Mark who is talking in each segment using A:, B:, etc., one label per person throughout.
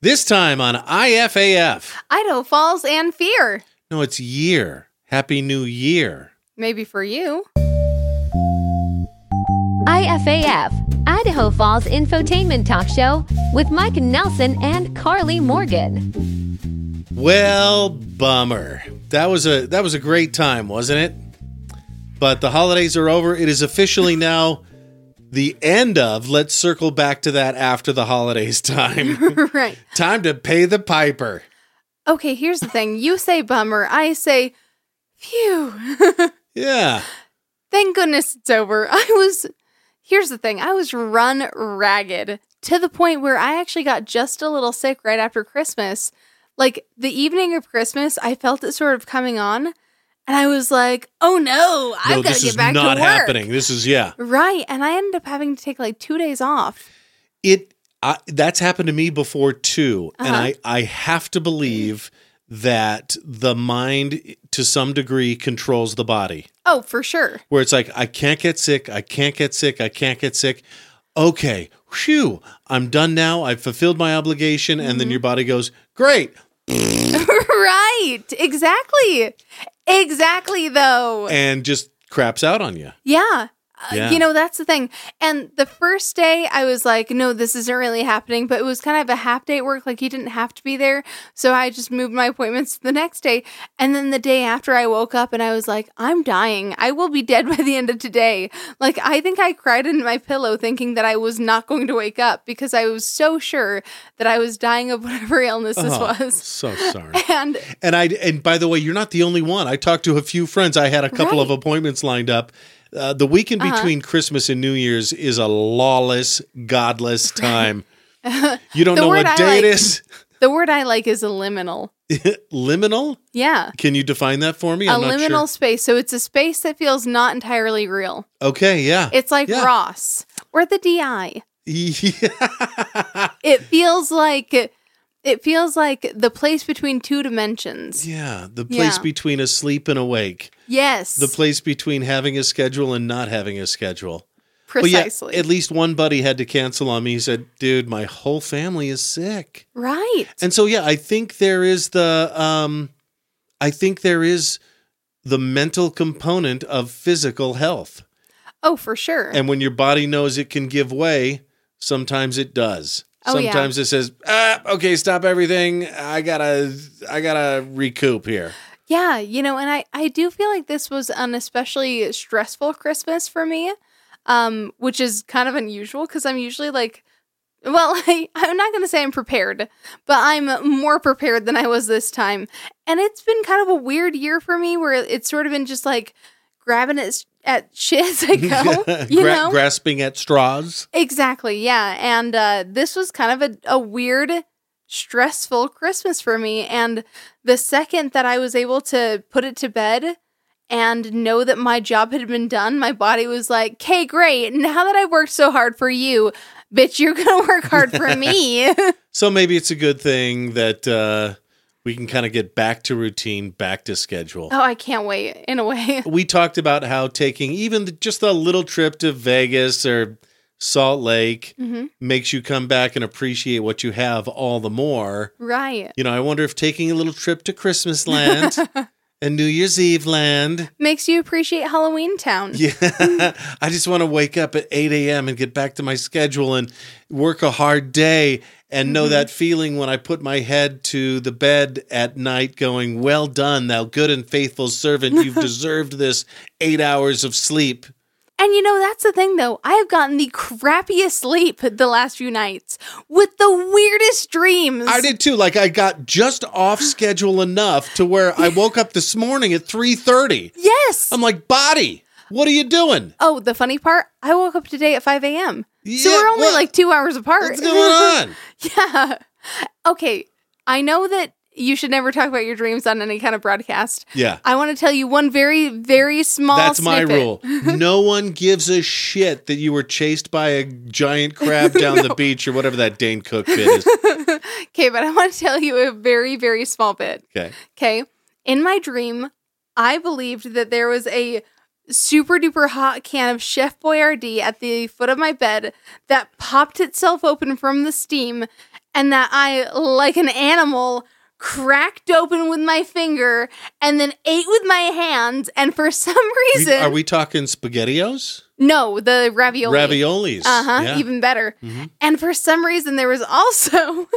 A: This time on IFAF.
B: Idaho Falls and fear.
A: No, it's year. Happy New Year.
B: Maybe for you.
C: IFAF, Idaho Falls Infotainment Talk Show with Mike Nelson and Carly Morgan.
A: Well, bummer. That was a that was a great time, wasn't it? But the holidays are over. It is officially now the end of. Let's circle back to that after the holidays time.
B: right.
A: time to pay the piper.
B: Okay, here's the thing. You say bummer. I say, phew.
A: Yeah.
B: Thank goodness it's over. I was, here's the thing. I was run ragged to the point where I actually got just a little sick right after Christmas. Like the evening of Christmas, I felt it sort of coming on. And I was like, oh no, I've
A: no,
B: got
A: this
B: to get
A: is
B: back
A: not
B: to work.
A: happening. This is yeah.
B: Right. And I ended up having to take like two days off.
A: it I, that's happened to me before too and
B: Uh-huh.
A: i i have to believe that the mind to some degree controls the body
B: Oh, for sure.
A: where it's like i can't get sick i can't get sick i can't get sick okay phew i'm done now i've fulfilled my obligation and
B: Mm-hmm.
A: then your body goes great
B: right. Exactly. Exactly, though.
A: and just craps out on you
B: Yeah. Uh,
A: Yeah.
B: You know, that's the thing. And the first day I was like, no, this isn't really happening, but it was kind of a half day at work. Like, you didn't have to be there. So I just moved my appointments to the next day. And then the day after, I woke up and I was like, I'm dying. I will be dead by the end of today. Like, I think I cried in my pillow thinking that I was not going to wake up because I was so sure that I was dying of whatever illness this
A: Oh,
B: was.
A: so sorry
B: And
A: And I and by the way, you're not the only one. I talked to a few friends. I had a couple of
B: Right. Uh-huh.
A: appointments lined up. Uh, the weekend between Christmas and New Year's is a lawless, godless time. you don't
B: The
A: know
B: word
A: what
B: I
A: day it
B: like-
A: is.
B: the word I like is a liminal.
A: liminal?
B: Yeah.
A: Can you define that for me?
B: a liminal space. So it's a space that feels not entirely real.
A: Sure. Okay, yeah.
B: It's like
A: Yeah.
B: Ross or the DI.
A: yeah.
B: It feels like it feels like the place between two dimensions.
A: yeah, the place
B: Yeah.
A: between asleep and awake.
B: Yes,
A: The place between having a schedule and not having a schedule. But yeah,
B: precisely.
A: at least one buddy had to cancel on me. He said, "Dude, my whole family is sick."
B: right.
A: And so yeah, I think there is the um I think there is the mental component of physical health.
B: Oh, for sure.
A: And when your body knows it can give way, sometimes it does.
B: Oh, yeah.
A: sometimes it says, ah, okay, stop everything. I gotta I gotta recoup here.
B: Yeah, you know, and I I do feel like this was an especially stressful Christmas for me, um, which is kind of unusual because I'm usually like, well, I, I'm not gonna say I'm prepared, but I'm more prepared than I was this time, and it's been kind of a weird year for me where it's sort of been just like grabbing at, s- at shit as I go, you
A: Gra-
B: know,
A: Grasping at straws.
B: exactly, yeah, and uh, this was kind of a, a weird stressful Christmas for me. And the second that I was able to put it to bed and know that my job had been done, my body was like, okay, great. Now that I've worked so hard for you, bitch, you're going to work hard for me. Oh,
A: So maybe it's a good thing that uh we can kind of get back to routine, back to schedule.
B: oh, I can't wait in a way.
A: we talked about how taking even the, just a little trip to Vegas or Salt Lake
B: Mhm.
A: makes you come back and appreciate what you have all the more.
B: Right.
A: You know, I wonder if taking a little trip to Christmas land and New Year's Eve land.
B: Makes you appreciate Halloween Town.
A: Yeah. I just want to wake up at 8 a.m. and get back to my schedule and work a hard day and know that feeling when I put my head to the bed at night going, Well done, thou good and faithful servant. You've deserved this eight hours of sleep.
B: And you know, that's the thing though. I have gotten the crappiest sleep the last few nights with the weirdest dreams.
A: I did too. Like I got just off schedule enough to where I woke up this morning at 3:30.
B: Yes.
A: I'm like, "Body, what are you doing?
B: Oh, the funny part, I woke up today at 5 a.m. So
A: Yeah,
B: we're only
A: what-
B: like two hours apart.
A: What's going on?"
B: yeah. Okay. I know that you should never talk about your dreams on any kind of broadcast.
A: Yeah.
B: I want to tell you one very, very small
A: That's my
B: snippet.
A: rule. No one gives a shit that you were chased by a giant crab down the beach or whatever that Dane Cook bit is.
B: Okay, but I want to tell you a very, very small bit.
A: Okay.
B: Okay. In my dream, I believed that there was a super duper hot can of Chef Boyardee at the foot of my bed that popped itself open from the steam and that I, like an animal, cracked open with my finger and then ate with my hands. And for some
A: We-
B: reason,
A: are we talking spaghettios?
B: no, the ravioli.
A: Raviolis.
B: Uh huh.
A: Yeah.
B: Even better.
A: Mhm.
B: And for some reason, there was also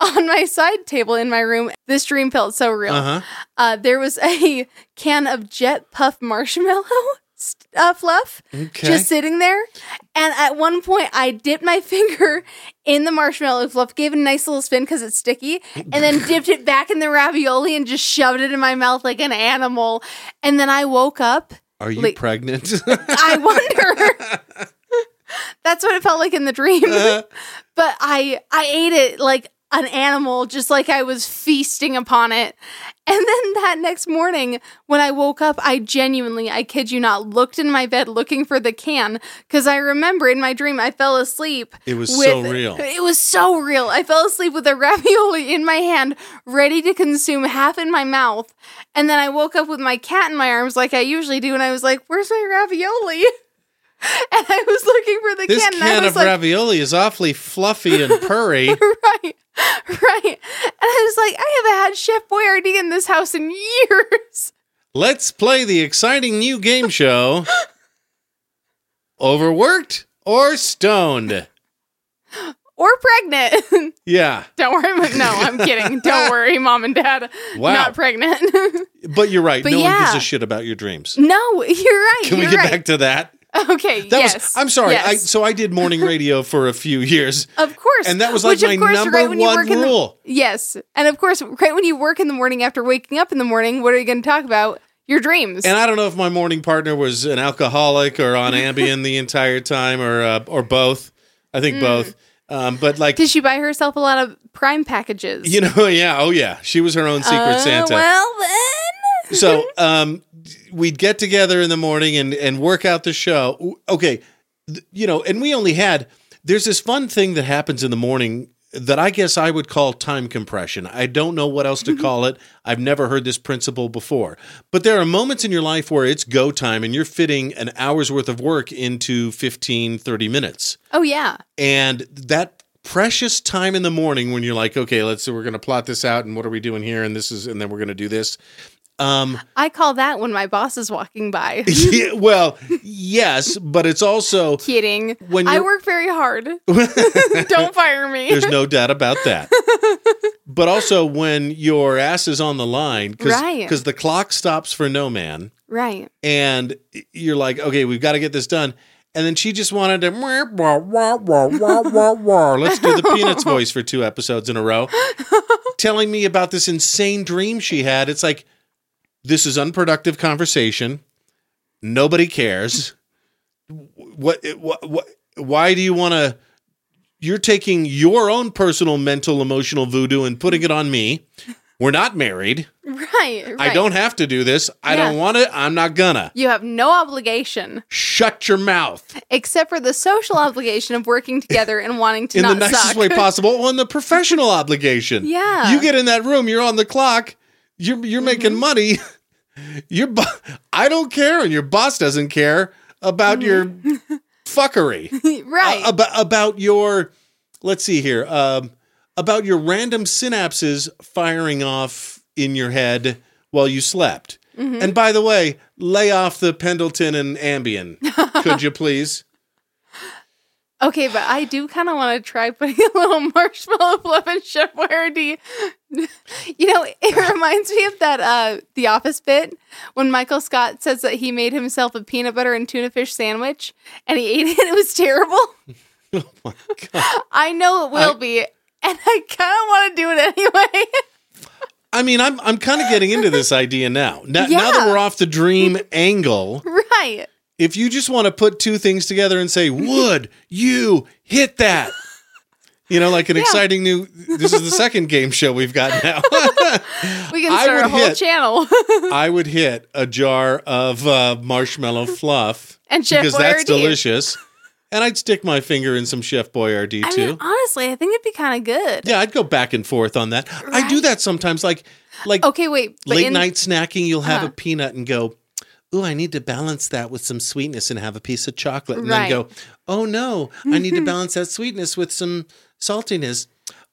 B: on my side table in my room. This dream felt so real.
A: Uh-huh.
B: Uh, there was a can of Jet Puff marshmallow st- uh, fluff
A: Okay.
B: just sitting there. And at one point, I dipped my finger in the marshmallow fluff, gave it a nice little spin because it's sticky, and then dipped it back in the ravioli and just shoved it in my mouth like an animal. And then I woke up.
A: Are you
B: like-
A: pregnant?
B: I wonder. That's what it felt like in the dream.
A: Uh-huh.
B: but I I ate it like an animal, just like I was feasting upon it. And then that next morning, when I woke up, I genuinely, I kid you not, looked in my bed looking for the can because I remember in my dream I fell asleep.
A: It was so real.
B: It was so real. I fell asleep with a ravioli in my hand, ready to consume half in my mouth. And then I woke up with my cat in my arms, like I usually do, and I was like, "Where's my ravioli?" And I was looking for the
A: this
B: can, and I
A: can
B: was
A: of
B: like,
A: ravioli is awfully fluffy and purry.
B: right, right. And I was like, I haven't had Chef Boyardee in this house in years.
A: Let's play the exciting new game show Overworked or Stoned.
B: Or pregnant.
A: Yeah.
B: Don't worry. Mom- No, I'm kidding. Don't worry, mom and dad.
A: Wow.
B: Not pregnant.
A: But you're right.
B: But
A: no one gives
B: yeah.
A: a shit about your dreams.
B: no, you're right.
A: Can
B: you're
A: we get
B: right.
A: back to that?
B: Okay.
A: That
B: yes.
A: was I'm sorry. I,
B: Yes.
A: so I did morning radio for a few years.
B: Of course.
A: And that was like
B: Which, of
A: my
B: course,
A: number
B: right when you
A: one
B: work in the-
A: rule.
B: yes. And of course, right when you work in the morning after waking up in the morning, what are you going to talk about? Your dreams.
A: And I don't know if my morning partner was an alcoholic or on Ambien the entire time or uh, or both. I think both. Um, but like
B: Mm. Did she buy herself a lot of prime packages?
A: you know, yeah, oh yeah, she was her own secret
B: Uh,
A: Santa.
B: Well, then.
A: So um, we'd get together in the morning and and work out the show. Okay, th- you know, and we only had there's this fun thing that happens in the morning that I guess I would call time compression. I don't know what else to call it. I've never heard this principle before. But there are moments in your life where it's go time and you're fitting an hour's worth of work into 15 30 minutes.
B: Oh, yeah.
A: And that precious time in the morning when you're like, okay, let's we're going to plot this out and what are we doing here and this is and then we're going to do this. Um
B: I call that when my boss is walking by.
A: yeah, well, yes, but it's also
B: Kidding.
A: When
B: I
A: you're-
B: work very hard. Don't fire me.
A: there's no doubt about that. But also when your ass is on the line because
B: Right.
A: the clock stops for no man
B: Right.
A: and you're like, okay, we've got to get this done. And then she just wanted to wah, wah, wah, wah, wah, wah, wah. let's do the peanuts voice for two episodes in a row, telling me about this insane dream she had. It's like this is unproductive conversation. Nobody cares. What? What? what why do you want to? You're taking your own personal mental emotional voodoo and putting it on me. We're not married.
B: Right. Right.
A: I don't have to do this. I
B: Yeah.
A: don't want it. I'm not gonna.
B: You have no obligation
A: Shut your mouth
B: except for the social obligation of working together and wanting to
A: in the
B: not
A: nicest
B: suck.
A: way possible on the professional obligation.
B: Yeah. Mm-hmm.
A: You get in that room, you're on the clock, you're you're making money. Your bo- I don't care and your boss doesn't care about your fuckery.
B: Mm-hmm. right.
A: Uh, about about your let's see here. Um about your random synapses firing off in your head while you slept.
B: Mm-hmm.
A: And by the way, lay off the Pendleton and Ambien. could you please?
B: Okay, but I do kind of want to try putting a little marshmallow fluff in Chef Boyardee. you know, it reminds me of that uh The Office bit when Michael Scott says that he made himself a peanut butter and tuna fish sandwich and he ate it. It was terrible.
A: Oh my god.
B: I know it will be, and I kind of want to do it anyway.
A: I mean, I'm I'm kind of getting into this idea now. Now, now that
B: Yeah.
A: we're off the dream angle,
B: right?
A: if you just want to put two things together and say, "Would you hit that?" You know, like an exciting new. This is the second game show we've got now.
B: We can
A: I
B: start a
A: would
B: whole
A: hit-
B: channel.
A: I would hit a jar of uh, marshmallow fluff
B: and Chef
A: because that's
B: Boyardee.
A: delicious, and I'd stick my finger in some Chef Boyardee
B: I
A: too.
B: mean, honestly, I think it'd be kind of good.
A: yeah, I'd go back and forth on that. I do
B: Right.
A: that sometimes, like like
B: Okay, wait. but
A: late
B: in-
A: night snacking, you'll have
B: Uh-huh.
A: a peanut and go, "Ooh, I need to balance that with some sweetness and have a piece of chocolate." And
B: Right. Mm-hmm.
A: then go, "Oh no, I need to balance that sweetness with some saltiness."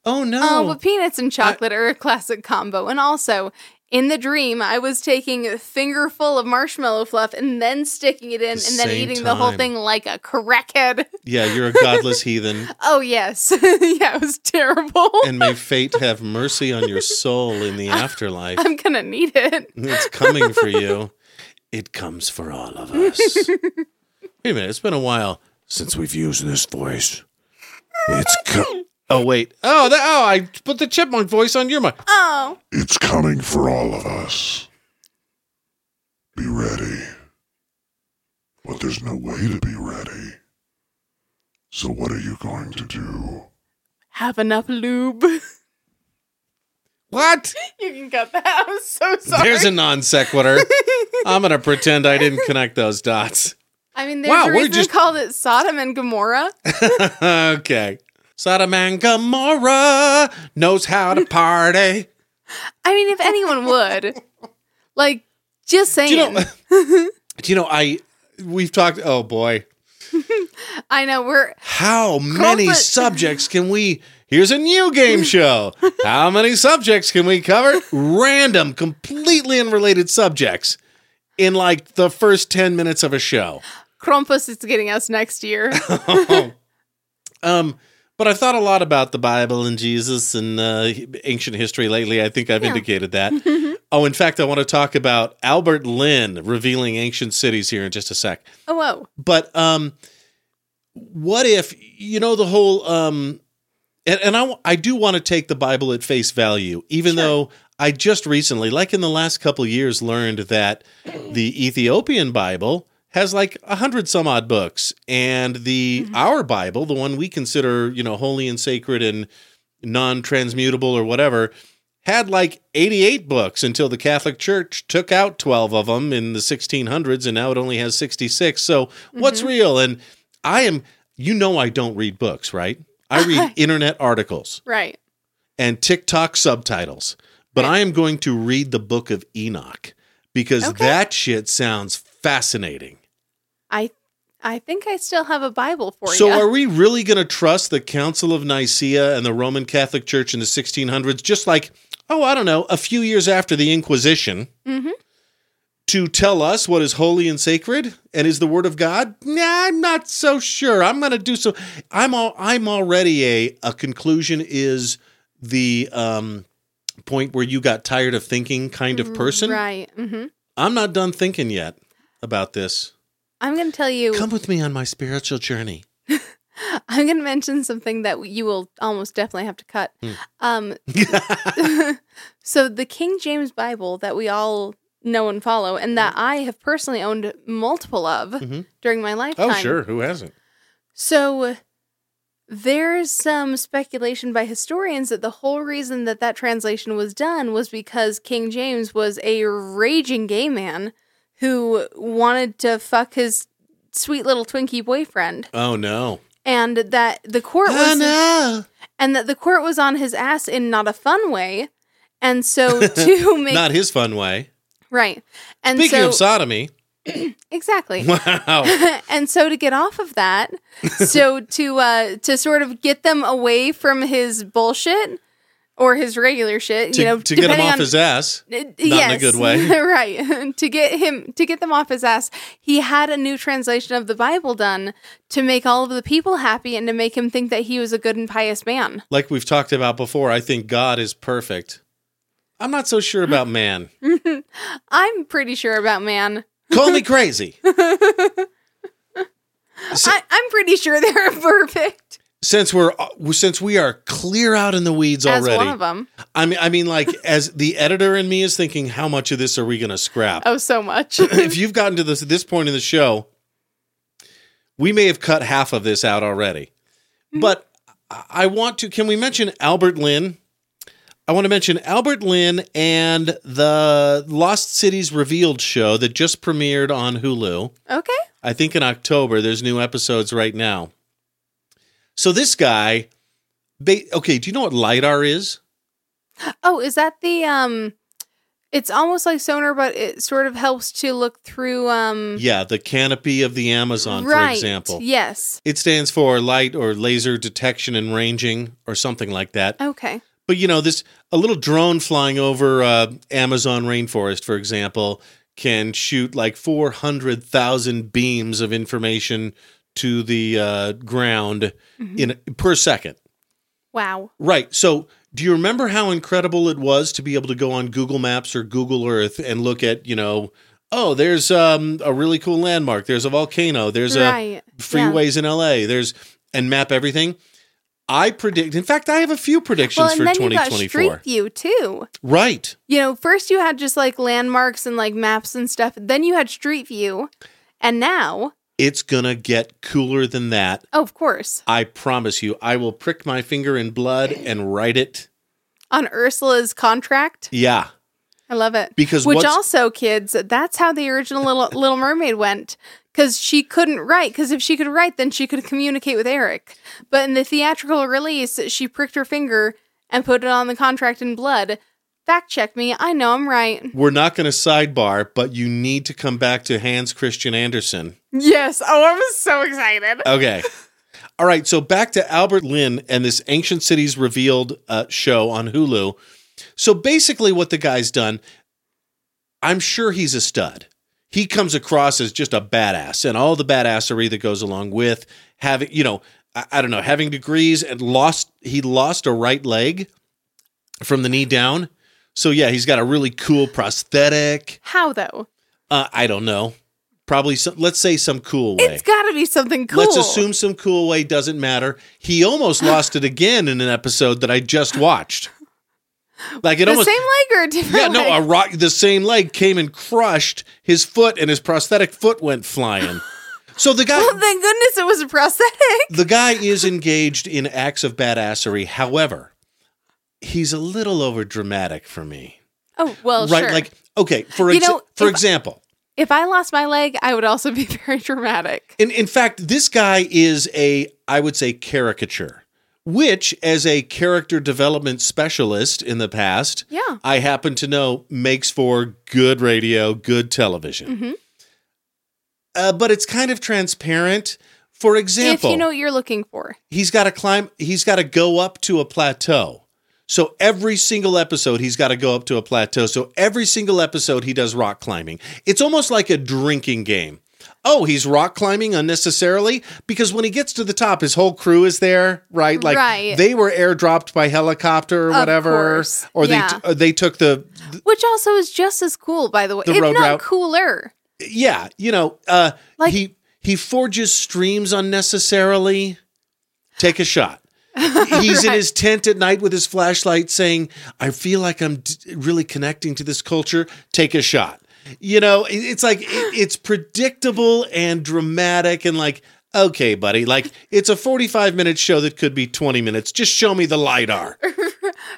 A: Oh no.
B: Oh, but peanuts and chocolate are a classic combo. And also, in the dream, I was taking a fingerful of marshmallow fluff and then sticking it in
A: The
B: and then
A: same
B: eating the whole
A: time.
B: thing like a crackhead.
A: yeah, you're a godless heathen.
B: Oh, yes. yeah, it was terrible.
A: And may fate have mercy on your soul in the afterlife.
B: I'm going to need it.
A: It's coming for you. It comes for all of us. Wait a minute. It's been a while since we've used this voice. It's co- Oh wait. Oh, that, oh, I put the chipmunk voice on your mic.
B: Oh.
D: It's coming for all of us. Be ready. But there's no way to be ready. So what are you going to do?
B: Have enough lube. you
A: What?
B: can cut that. I'm so sorry.
A: There's a non sequitur. I'm going to pretend I didn't connect those dots.
B: I mean, there's
A: Wow,
B: a
A: we're
B: reason
A: just-
B: they called it Sodom and Gomorrah.
A: okay. Sodom and Gomorrah knows how to party.
B: I mean, if anyone would, like, just saying.
A: Do you know? do you know? I we've talked. Oh boy,
B: I know we're
A: how many
B: Comfort-
A: subjects can we? Here's a new game show. How many subjects can we cover? Random, completely unrelated subjects in like the first ten minutes of a show.
B: Krampus is getting us next year. Oh,
A: Um, but I've thought a lot about the Bible and Jesus and uh, ancient history lately. I think I've indicated that. oh, in fact, I want to talk about Albert Lynn revealing ancient cities here in just a sec.
B: oh, whoa.
A: But um, what if you know the whole um, and, and I w- I do want to take the Bible at face value, even though I just recently, like in the last couple years, learned that the Ethiopian Bible has like a hundred some odd books, and the our Bible, the one we consider you know holy and sacred and non-transmutable or whatever had like 88 books until the Catholic Church took out 12 of them in the 1600s and now it only has 66. So what's real? And I am you know I don't read books, right? I read internet articles
B: Right.
A: and TikTok subtitles. But I am going to read the book of Enoch because
B: Okay.
A: that shit sounds fascinating.
B: I I think I still have a Bible for
A: So
B: you.
A: are we really going to trust the Council of Nicaea and the Roman Catholic Church in the 1600s just like oh I don't know a few years after the Inquisition
B: Mm-hmm.
A: to tell us what is holy and sacred and is the word of God? Nah, I'm not so sure. I'm going to do so I'm all I'm already a a conclusion is the um point where you got tired of thinking kind of person.
B: Mm, Right. hmm
A: I'm not done thinking yet about this.
B: I'm going to tell you.
A: Come with me on my spiritual journey.
B: I'm going to mention something that you will almost definitely have to cut.
A: Hmm.
B: Um, so the King James Bible that we all know and follow, and
A: Hmm.
B: that I have personally owned multiple of during my lifetime.
A: Oh sure, who hasn't?
B: So there's some speculation by historians that the whole reason that that translation was done was because King James was a raging gay man who wanted to fuck his sweet little Twinkie boyfriend
A: Oh no.
B: and that the court was
A: no.
B: and that the court was on his ass in not a fun way and so to make
A: Not his fun way.
B: right and
A: Speaking
B: so
A: of sodomy,
B: exactly
A: wow.
B: and so to get off of that, so to uh to sort of get them away from his bullshit or his regular shit,
A: to
B: you know,
A: to get him
B: depending
A: off
B: on-
A: his ass.
B: Uh,
A: in a good way.
B: right. to get him to get them off his ass, he had a new translation of the Bible done to make all of the people happy and to make him think that he was a good and pious man.
A: Like we've talked about before, I think God is perfect. I'm not so sure about man.
B: I'm pretty sure about man.
A: Call me crazy. So-
B: I, I'm pretty sure they're perfect
A: Since we're uh, since we are clear out in the weeds
B: as
A: already.
B: one of them.
A: I mean I mean like as the editor in me is thinking how much of this are we going to scrap?
B: Oh, so much.
A: if you've gotten to this at this point in the show, we may have cut half of this out already. But I- I want to can we mention Albert Lynn? I want to mention Albert Lynn and the Lost Cities Revealed show that just premiered on Hulu.
B: okay.
A: I think in October. There's new episodes right now. So this guy, ba- okay, do you know what lidar is?
B: Oh, is that the um It's almost like sonar, but it sort of helps to look through. Um,
A: Yeah, the canopy of the Amazon,
B: right.
A: for example.
B: Yes.
A: It stands for light or laser detection and ranging or something like that.
B: Okay.
A: But you know, this a little drone flying over uh, Amazon rainforest, for example, can shoot like four hundred thousand beams of information to the uh, ground in per second.
B: Wow.
A: Right. So, do you remember how incredible it was to be able to go on Google Maps or Google Earth and look at, you know, oh, there's um, a really cool landmark, there's a volcano, there's a
B: right.
A: freeways in LA, there's and map everything. I predict. In fact, I have a few predictions
B: Well, and
A: for
B: then you got street
A: 2024.
B: view too.
A: Right.
B: You know, first you had just like landmarks and like maps and stuff. Then you had street view, and now,
A: It's going to get cooler than that.
B: oh, of course,
A: I promise you. I will prick my finger in blood and write it.
B: on Ursula's contract.
A: Yeah.
B: I love it.
A: Because
B: which
A: what's-
B: also, kids, that's how the original Little, Little Mermaid went. Because she couldn't write. Because if she could write, then she could communicate with Eric. But in the theatrical release, she pricked her finger and put it on the contract in blood. Fact check me. I know I'm right.
A: We're not going to sidebar, but you need to come back to Hans Christian Andersen.
B: Yes. Oh, I was so excited.
A: Okay. All right. So back to Albert Lynn and this Ancient Cities Revealed uh, show on Hulu. So basically, what the guy's done, I'm sure he's a stud. He comes across as just a badass, and all the badassery that goes along with having, you know, I, I don't know, having degrees and lost, he lost a right leg from the knee down. So yeah, he's got a really cool prosthetic.
B: How though?
A: Uh, I don't know. Probably some, let's say some cool way.
B: It's got to be something cool.
A: Let's assume some cool way doesn't matter. He almost lost it again in an episode that I just watched. Like it
B: the
A: almost
B: same leg or a different.
A: Yeah, no, a
B: leg?
A: rock the same leg came and crushed his foot and his prosthetic foot went flying. So the guy
B: Well, thank goodness it was a prosthetic.
A: the guy is engaged in acts of badassery. However, he's a little over dramatic for me.
B: Oh well,
A: right?
B: sure.
A: Like okay, for
B: You
A: exa-
B: know,
A: for
B: if-
A: example,
B: if I lost my leg, I would also be very dramatic.
A: In in fact, this guy is a I would say caricature, which as a character development specialist in the past,
B: Yeah.
A: I happen to know makes for good radio, good television.
B: Mhm.
A: Uh, but it's kind of transparent. For example,
B: If you know what you're looking for.
A: he's got to climb he's got to go up to a plateau so every single episode he's got to go up to a plateau so every single episode he does rock climbing it's almost like a drinking game oh he's rock climbing unnecessarily because when he gets to the top his whole crew is there right like
B: Right.
A: they were airdropped by helicopter or
B: Of
A: whatever
B: course,
A: or they
B: yeah.
A: t- or they took the
B: Which also is just as cool, by the way.
A: The
B: if
A: road
B: not
A: route.
B: cooler.
A: yeah you know uh
B: Like-
A: he he forges streams unnecessarily take a shot he's in
B: Right.
A: his tent at night with his flashlight saying i feel like i'm d- really connecting to this culture take a shot you know it- it's like it, it's predictable and dramatic and like okay buddy like it's a 45 minute show that could be 20 minutes just show me the lidar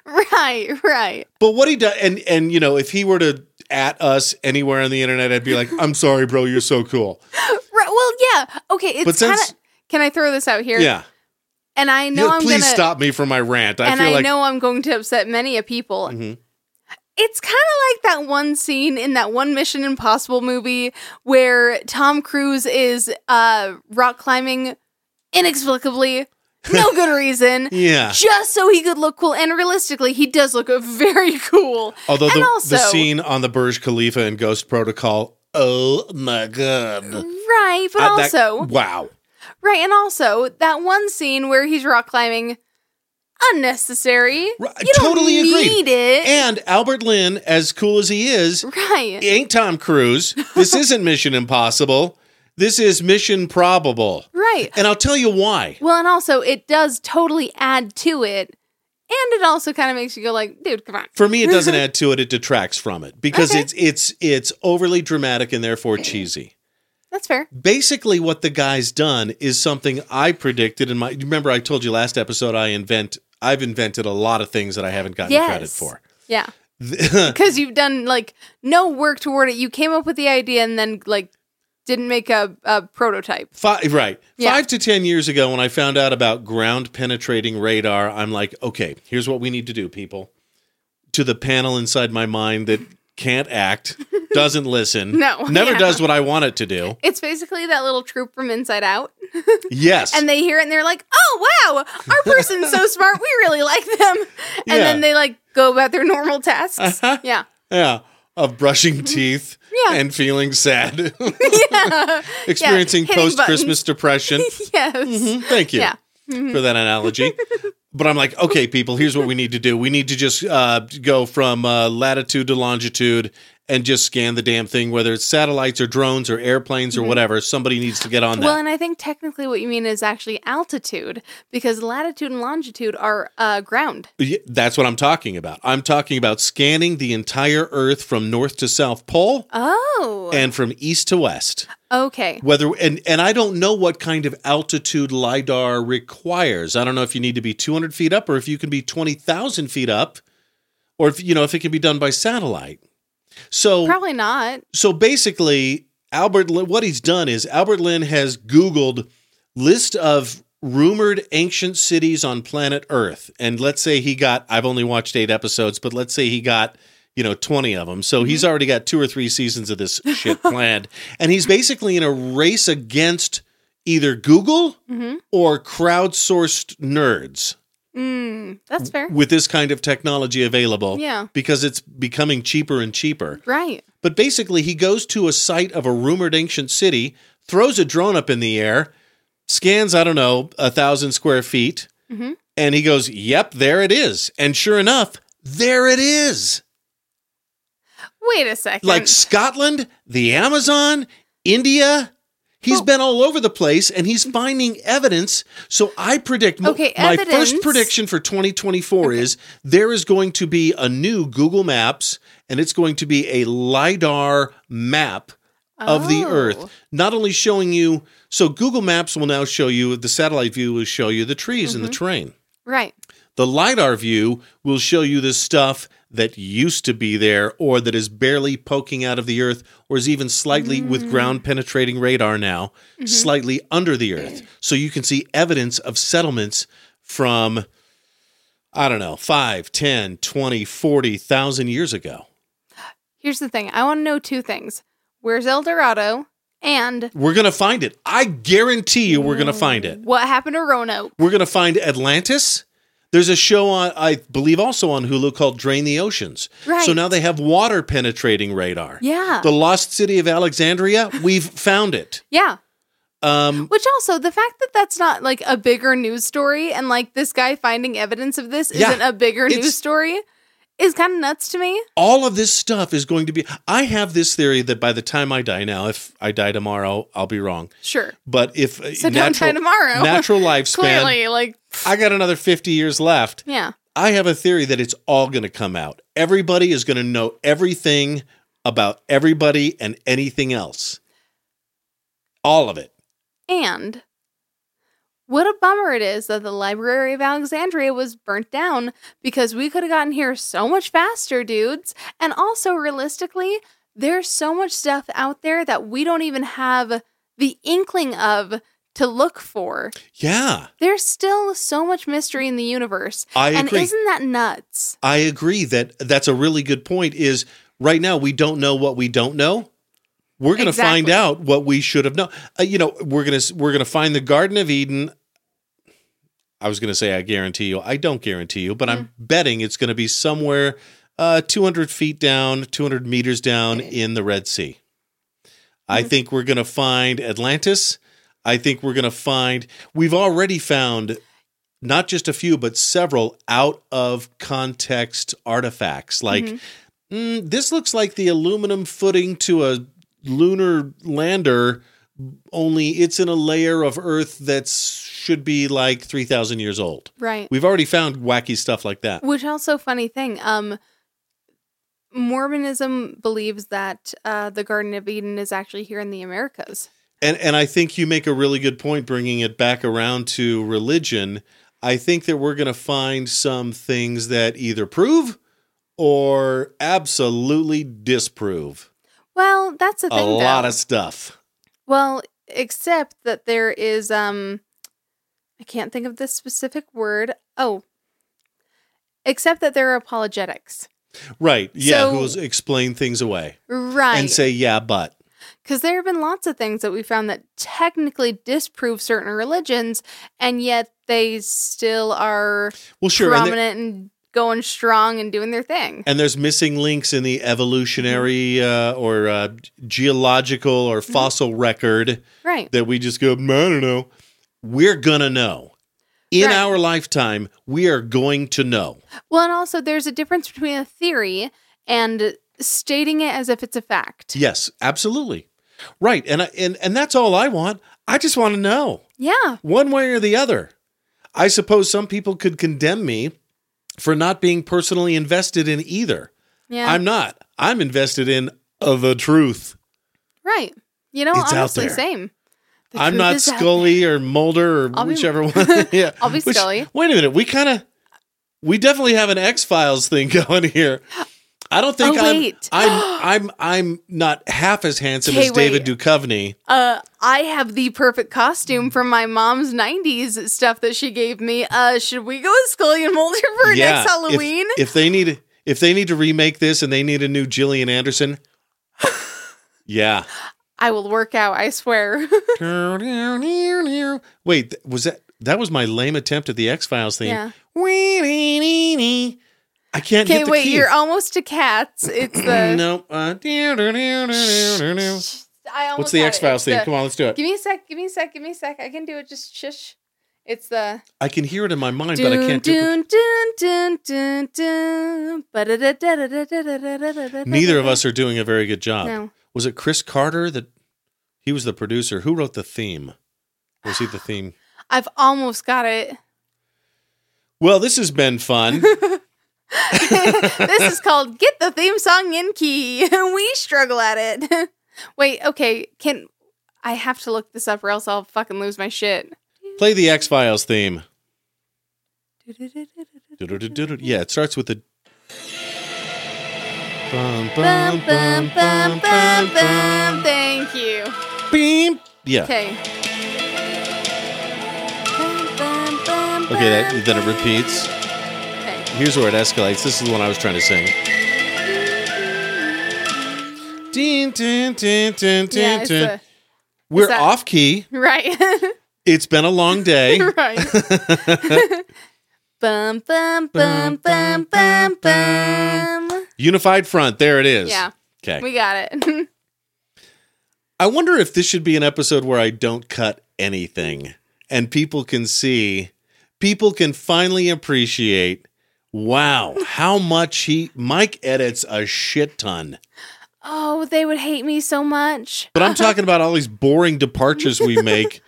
B: Right, right.
A: but what he does, and and you know, if he were to at us anywhere on the internet, I'd be like, "I'm sorry, bro, you're so cool."
B: Right. Well, yeah. Okay,
A: But
B: it's kind
A: since-
B: of Can I throw this out here?
A: Yeah,
B: And I know
A: Yeah,
B: I'm
A: please
B: going to
A: stop me from my rant. I
B: and
A: feel
B: I
A: like
B: know I'm going to upset many a people.
A: Mhm.
B: It's kind of like that one scene in that one Mission Impossible movie where Tom Cruise is uh rock climbing inexplicably, no good reason.
A: yeah.
B: Just so he could look cool, and realistically, he does look very cool.
A: Although
B: and
A: the,
B: also,
A: the scene on the Burj Khalifa and Ghost Protocol, oh my god!
B: right? But
A: Uh, that-
B: also,
A: wow,
B: Right, and also that one scene where he's rock climbing, unnecessary.
A: Ri-
B: you don't
A: totally agreed.
B: need it.
A: and Albert Lynn, as cool as he is,
B: right.
A: he ain't Tom Cruise. This isn't Mission Impossible. This is Mission Probable,
B: Right.
A: and I'll tell you why.
B: Well, and also it does totally add to it, and it also kind of makes you go like, dude, come on.
A: For me, it doesn't add to it; it detracts from it because
B: Okay.
A: it's it's it's overly dramatic and therefore cheesy.
B: That's fair.
A: Basically, what the guy's done is something I predicted. In my remember, I told you last episode, I invent I've invented a lot of things that I haven't gotten
B: Yes.
A: credit for.
B: Yeah. Because you've done like no work toward it. You came up with the idea and then like didn't make a, a prototype.
A: Five, right.
B: Yeah.
A: Five to 10 years ago, when I found out about ground penetrating radar, I'm like, okay, here's what we need to do, people. To the panel inside my mind that can't act, doesn't listen,
B: No,
A: never
B: yeah.
A: does what I want it to do.
B: It's basically that little troop from Inside Out.
A: Yes.
B: And they hear it and they're like, oh, wow, our person's so smart. We really like them. And
A: Yeah. Uh-huh.
B: then they like go about their normal tasks. Yeah.
A: yeah. Of brushing teeth
B: Yeah.
A: and feeling sad,
B: yeah.
A: experiencing
B: hitting
A: post Christmas depression.
B: Yes.
A: Mhm, Thank you
B: Yeah. Mm-hmm.
A: for that analogy. but I'm like, okay, people, here's what we need to do. We need to just uh, go from uh, latitude to longitude and just scan the damn thing, whether it's satellites or drones or airplanes or whatever. Somebody needs to get on that.
B: Mm-hmm. Well, and I think technically what you mean is actually altitude because latitude and longitude are uh, ground.
A: Yeah, That's what I'm talking about. I'm talking about scanning the entire Earth from north to south pole
B: Oh.
A: and from east to west.
B: okay.
A: Whether and and I don't know what kind of altitude lidar requires. I don't know if you need to be 200 feet up or if you can be 20,000 feet up, or if you know if it can be done by satellite. So
B: Probably not.
A: so basically, Albert, Lin, what he's done is Albert Lin has Googled list of rumored ancient cities on planet Earth, and let's say he got. I've only watched eight episodes, but let's say he got you know 20 of them so he's already got two or three seasons of this shit planned and he's basically in a race against either google or crowdsourced nerds
B: Mm, that's fair.
A: with this kind of technology available
B: Yeah.
A: because it's becoming cheaper and cheaper
B: Right.
A: but basically, he goes to a site of a rumored ancient city, throws a drone up in the air, scans, I don't know, a thousand square feet, and he goes, Yep, there it is. And sure enough, there it is.
B: Wait a second.
A: Like Scotland, the Amazon, India. He's been all over the place and he's finding evidence. So I predict
B: Okay,
A: my first
B: evidence.
A: prediction for 2024 is there is going to be a new Google Maps and it's going to be a LiDAR map of the
B: Oh.
A: earth not only showing you so google maps will now show you the satellite view will show you the trees and the
B: Mm-hmm.
A: terrain
B: right.
A: the lidar view will show you the stuff that used to be there or that is barely poking out of the earth or is even slightly with ground penetrating radar now slightly under the earth so you can see evidence of settlements from i don't know 5 10 20 40 thousand years ago
B: Here's the thing. I want to know two things. Where's El Dorado and
A: we're gonna find it i guarantee you we're gonna find it
B: what happened to Roanoke?
A: We're going to find Atlantis. There's a show on, I believe, also on Hulu called Drain the Oceans. So
B: Right.
A: now they have water penetrating radar.
B: Yeah.
A: The lost city of Alexandria, we've found it.
B: yeah.
A: Um,
B: Which also, the fact that that's not like a bigger news story and like this guy finding evidence of this
A: Yeah.
B: isn't a bigger
A: It's-
B: news story is kind of nuts to me.
A: all of this stuff is going to be. I have this theory that by the time I die now, if I die tomorrow, I'll be wrong.
B: Sure.
A: But if uh,
B: So don't die tomorrow.
A: natural lifespan,
B: Clearly, like,
A: I got another 50 years left.
B: yeah.
A: I have a theory that it's all going to come out. Everybody is going to know everything about everybody and anything else. All of it.
B: And what a bummer it is that the Library of Alexandria was burnt down because we could have gotten here so much faster, dudes. And also, realistically, there's so much stuff out there that we don't even have the inkling of to look for.
A: Yeah,
B: There's still so much mystery in the universe.
A: I
B: and
A: agree.
B: isn't that nuts?
A: I agree that that's a really good point is right now we don't know what we don't know. We're going to find
B: Exactly.
A: out what we should have known. Uh, you know, we're going to we're going to find the Garden of Eden. I was going to say I guarantee you. I don't guarantee you, but I'm betting it's going to be somewhere uh, 200 feet down, 200 meters down in the Red Sea. I think we're going to find Atlantis. I think we're going to find, we've already found not just a few, but several out of context artifacts. Like, "Mm, this looks like the aluminum footing to a lunar lander, only it's in a layer of Earth that should be like 3,000 years old.
B: Right.
A: We've already found wacky stuff like that.
B: Which also funny thing, um Mormonism believes that uh, the Garden of Eden is actually here in the Americas.
A: And and I think you make a really good point bringing it back around to religion. I think that we're going to find some things that either prove or absolutely disprove
B: Well, that's the
A: a
B: thing. though.
A: lot of stuff.
B: well, except that there is um I can't think of this specific word. Oh. Except that there are apologetics.
A: Right. Yeah.
B: So-
A: who will explain things away
B: Right.
A: and say, yeah, but.
B: Because there have been lots of things that we found that technically disprove certain religions, and yet they still are
A: Well, sure. And, there-
B: prominent and going strong and doing their thing.
A: and there's missing links in the evolutionary uh, or uh, geological or
B: Mm-hmm.
A: fossil record
B: right.
A: that we just go, I don't know. We're going to know. In
B: Right.
A: our lifetime, we are going to know.
B: Well, and also there's a difference between a theory and stating it as if it's a fact.
A: Yes, absolutely. Right. And, I, and, and that's all I want. I just want to know.
B: Yeah.
A: one way or the other. I suppose some people could condemn me for not being personally invested in either.
B: Yeah.
A: I'm not. I'm invested in uh, the truth.
B: right. You know,
A: It's out
B: honestly,
A: there.
B: same. The
A: I'm
B: truth
A: not
B: is out
A: Scully or Mulder or
B: I'll be-
A: whichever one. yeah.
B: I'll be Scully.
A: Wait a minute. We kind of, we definitely have an X Files thing going here. I don't think
B: Oh,
A: I'm,
B: wait.
A: I'm, I'm, I'm not half as handsome
B: Okay,
A: as David Duchovny.
B: Uh, I have the perfect costume from my mom's '90s stuff that she gave me. Uh, should we go with Scully and Mulder for
A: if-
B: next Halloween?
A: If, they need, if they need to remake this and they need a new Gillian Anderson, yeah.
B: I will work out. I swear.
A: Wait, th- was that that was my lame attempt at the X Files theme?
B: Yeah.
A: I can't
B: okay,
A: get the
B: wait.
A: key.
B: You're almost to cats. It's the
A: no. uh,
B: I almost
A: What's the
B: had it.
A: X Files
B: It's
A: theme?
B: the-
A: Come on, let's do it.
B: Give me a sec. Give me a sec. Give me a sec. I can do it. Just shush. It's the
A: I can hear it in my mind, but I
B: dun
A: can't do it.
B: dun dun dun dun dun. ba-da-da-da-da-da-da-da-da-da-da-da.
A: Neither of us are doing a very good job.
B: No.
A: Was it Chris Carter that he was the producer? Who wrote the theme? Was he the theme?
B: I've almost got it.
A: Well, this has been fun.
B: this is called "Get the Theme Song in Key." we struggle at it. Wait. Okay. Can I have to look this up, or else I'll fucking lose my shit.
A: Play the X Files theme. Yeah, it starts with the. Bum,
B: Bum,
A: bum,
B: bum, bum, bum, bum. Thank you.
A: Beep. Yeah.
B: Okay.
A: Okay, that, then it repeats.
B: Okay.
A: Here's where it escalates. This is the one I was trying to sing. Dun, dun, dun, dun,
B: Yeah,
A: dun,
B: it's
A: dun.
B: a,
A: We're
B: that-
A: off key.
B: right.
A: It's been a long day.
B: right. bum, bum, bum, bum, bum, bum.
A: Unified front. There it is.
B: Yeah.
A: Okay.
B: We got it.
A: I wonder if this should be an episode where I don't cut anything and people can see, people can finally appreciate, wow, how much he, Mike edits a shit ton.
B: oh, they would hate me so much.
A: But I'm talking about all these boring departures we make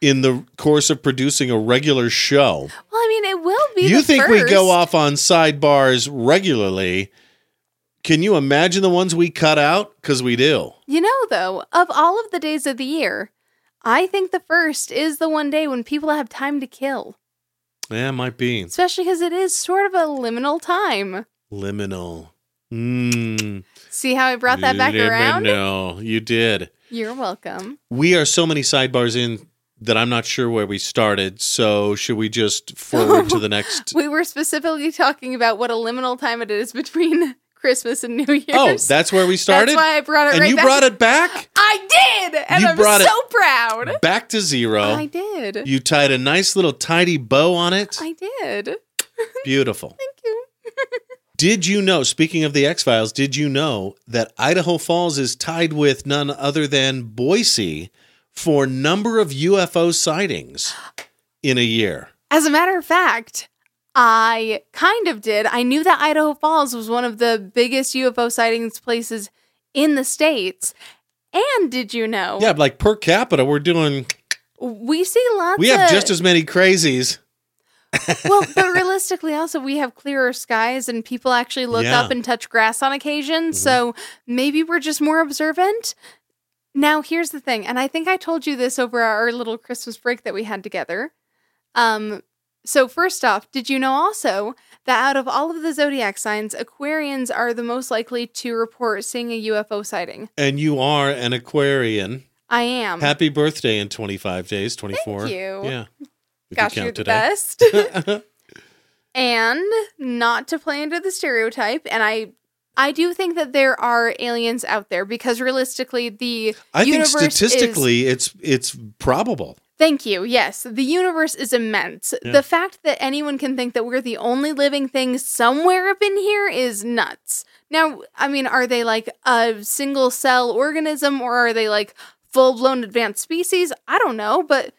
A: in the course of producing a regular show.
B: Well, I mean, it will be.
A: you
B: the
A: think we
B: first.
A: go off on sidebars regularly. Can you imagine the ones we cut out? Because we do.
B: You know, though, of all of the days of the year, I think the first is the one day when people have time to kill,
A: Yeah, it might be.
B: especially because it is sort of a liminal time.
A: Liminal. Mm.
B: See how I brought that back around?
A: No, you did.
B: You're welcome.
A: We are so many sidebars in that I'm not sure where we started. So should we just forward to the next?
B: We were specifically talking about what a liminal time it is between Christmas and New Year's.
A: Oh, that's where we started.
B: That's why I brought it
A: and
B: right
A: you
B: back.
A: brought it back,
B: I did, and
A: You
B: I'm
A: brought
B: so
A: it-
B: proud.
A: back to zero.
B: I did.
A: You tied a nice little tidy bow on it.
B: I did. Thank
A: Beautiful.
B: you.
A: Did you know? Speaking of the X Files, did you know that Idaho Falls is tied with none other than Boise for number of UFO sightings in a year?
B: As a matter of fact, I kind of did. I knew that Idaho Falls was one of the biggest UFO sightings places in the states. And did you know
A: Yeah, like per capita, we're doing
B: we see lots?
A: We have
B: of,
A: just as many crazies.
B: well, but realistically, also we have clearer skies and people actually look
A: Yeah.
B: up and touch grass on occasion. So maybe we're just more observant. Now, here's the thing, and I think I told you this over our little Christmas break that we had together. Um, so first off, did you know also that out of all of the zodiac signs, Aquarians are the most likely to report seeing a UFO sighting?
A: And you are an Aquarian.
B: I am.
A: Happy birthday in 25 days, 24.
B: Mm. you.
A: Yeah. If
B: Gosh,
A: you
B: you're
A: count
B: the
A: today.
B: best. and not to play into the stereotype and i i do think that there are aliens out there because realistically the
A: I think
B: universe is-
A: statistically, it's it's probable.
B: thank you yes the universe is immense
A: Yeah.
B: the fact that anyone can think that we're the only living thing somewhere up in here is nuts now i mean are they like a single cell organism or are they like full-blown advanced species i don't know but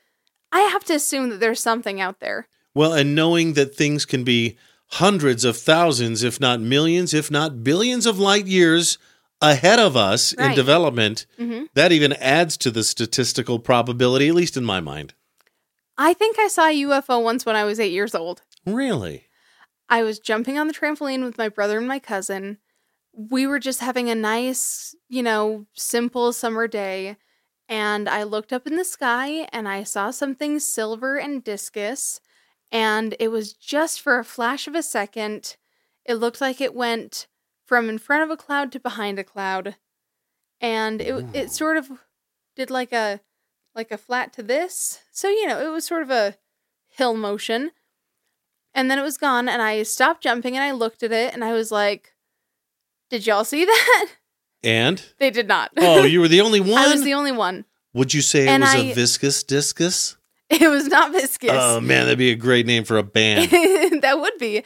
B: i have to assume that there's something out there
A: Well, and knowing that things can be hundreds of thousands, if not millions, if not billions of light years ahead of us in
B: Right.
A: development,
B: mm-hmm.
A: that even adds to the statistical probability, at least in my mind.
B: I think I saw a UFO once when I was eight years old.
A: Really?
B: I was jumping on the trampoline with my brother and my cousin. We were just having a nice, you know, simple summer day. And I looked up in the sky and I saw something silver and discus. And it was just for a flash of a second. It looked like it went from in front of a cloud to behind a cloud. And it, it sort of did like a like a flat to this. So, you know, it was sort of a hill motion. And then it was gone, and I stopped jumping and I looked at it and I was like, Did y'all see that?
A: And
B: They did not.
A: oh, you were the only one.
B: I was the only one.
A: Would you say it
B: And
A: was a
B: I-
A: viscous discus?
B: It was not viscous.
A: Oh man, that'd be a great name for a band.
B: that would be.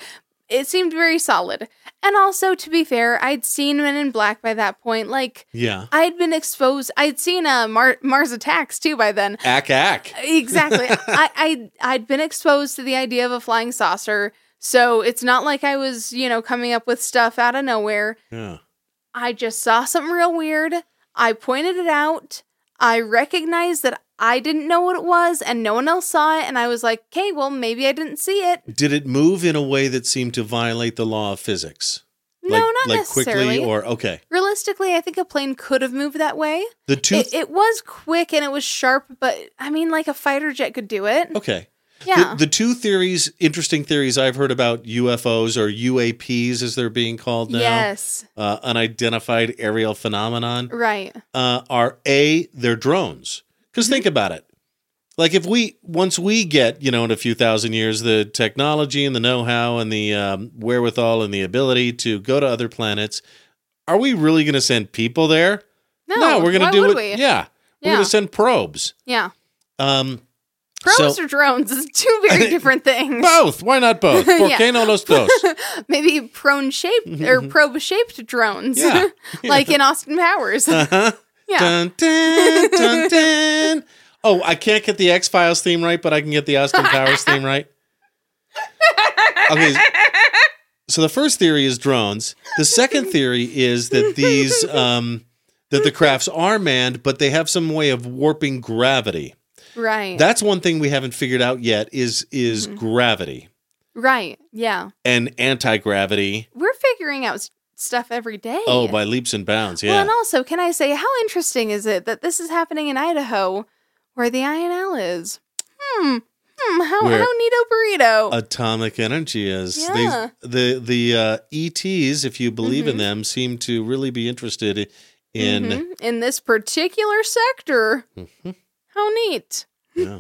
B: It seemed very solid. And also, to be fair, I'd seen Men in Black by that point. Like,
A: yeah.
B: I'd been exposed. I'd seen uh, Mar- Mars Attacks too by then.
A: Ack ack.
B: Exactly. I, I I'd been exposed to the idea of a flying saucer, so it's not like I was, you know, coming up with stuff out of nowhere.
A: Yeah.
B: I just saw something real weird. I pointed it out. I recognized that I didn't know what it was and no one else saw it. And I was like, okay, well, maybe I didn't see it.
A: Did it move in a way that seemed to violate the law of physics?
B: No, not
A: like
B: necessarily.
A: quickly or okay.
B: Realistically, I think a plane could have moved that way.
A: The two
B: It, it was quick and it was sharp, but I mean, like a fighter jet could do it.
A: Okay.
B: Yeah.
A: The, the two theories, interesting theories I've heard about UFOs or UAPs as they're being called now,
B: Yes.
A: uh, unidentified aerial phenomenon,
B: Right.
A: uh, are A, they're drones. Because think about it. Like if we, once we get, you know, in a few thousand years, the technology and the know how and the um, wherewithal and the ability to go to other planets, are we really going to send people there?
B: No,
A: we're going to
B: why
A: do
B: would
A: it.
B: We? Yeah.
A: Yeah. We're going to send probes.
B: yeah.
A: Um,
B: Drones
A: So-
B: or drones is two very different things.
A: both. Why not both? ¿Por
B: Yeah.
A: qué no los dos?
B: Maybe prone shaped or probe shaped drones.
A: Yeah.
B: like in Austin Powers.
A: Uh-huh.
B: yeah.
A: Dun, dun, dun, dun. Oh, I can't get the X Files theme right, but I can get the Austin Powers theme right. Okay. So the first theory is drones. The second theory is that these um, that the crafts are manned, but they have some way of warping gravity.
B: Right.
A: That's one thing we haven't figured out yet is is
B: Mm-hmm.
A: gravity
B: right. Yeah.
A: and anti gravity.
B: We're figuring out s- stuff every day.
A: Oh, by leaps and bounds. Yeah.
B: Well, and also, can I say how interesting is it that this is happening in Idaho where the INL is? Hmm. Hmm. How
A: Where-
B: how neato burrito.
A: atomic energy is.
B: Yeah. Mm-hmm.
A: They, the the uh, ETs, if you believe in them, seem to really be interested i- in.
B: Mhm. in this particular sector.
A: Mm-hmm.
B: How neat.
A: Yeah.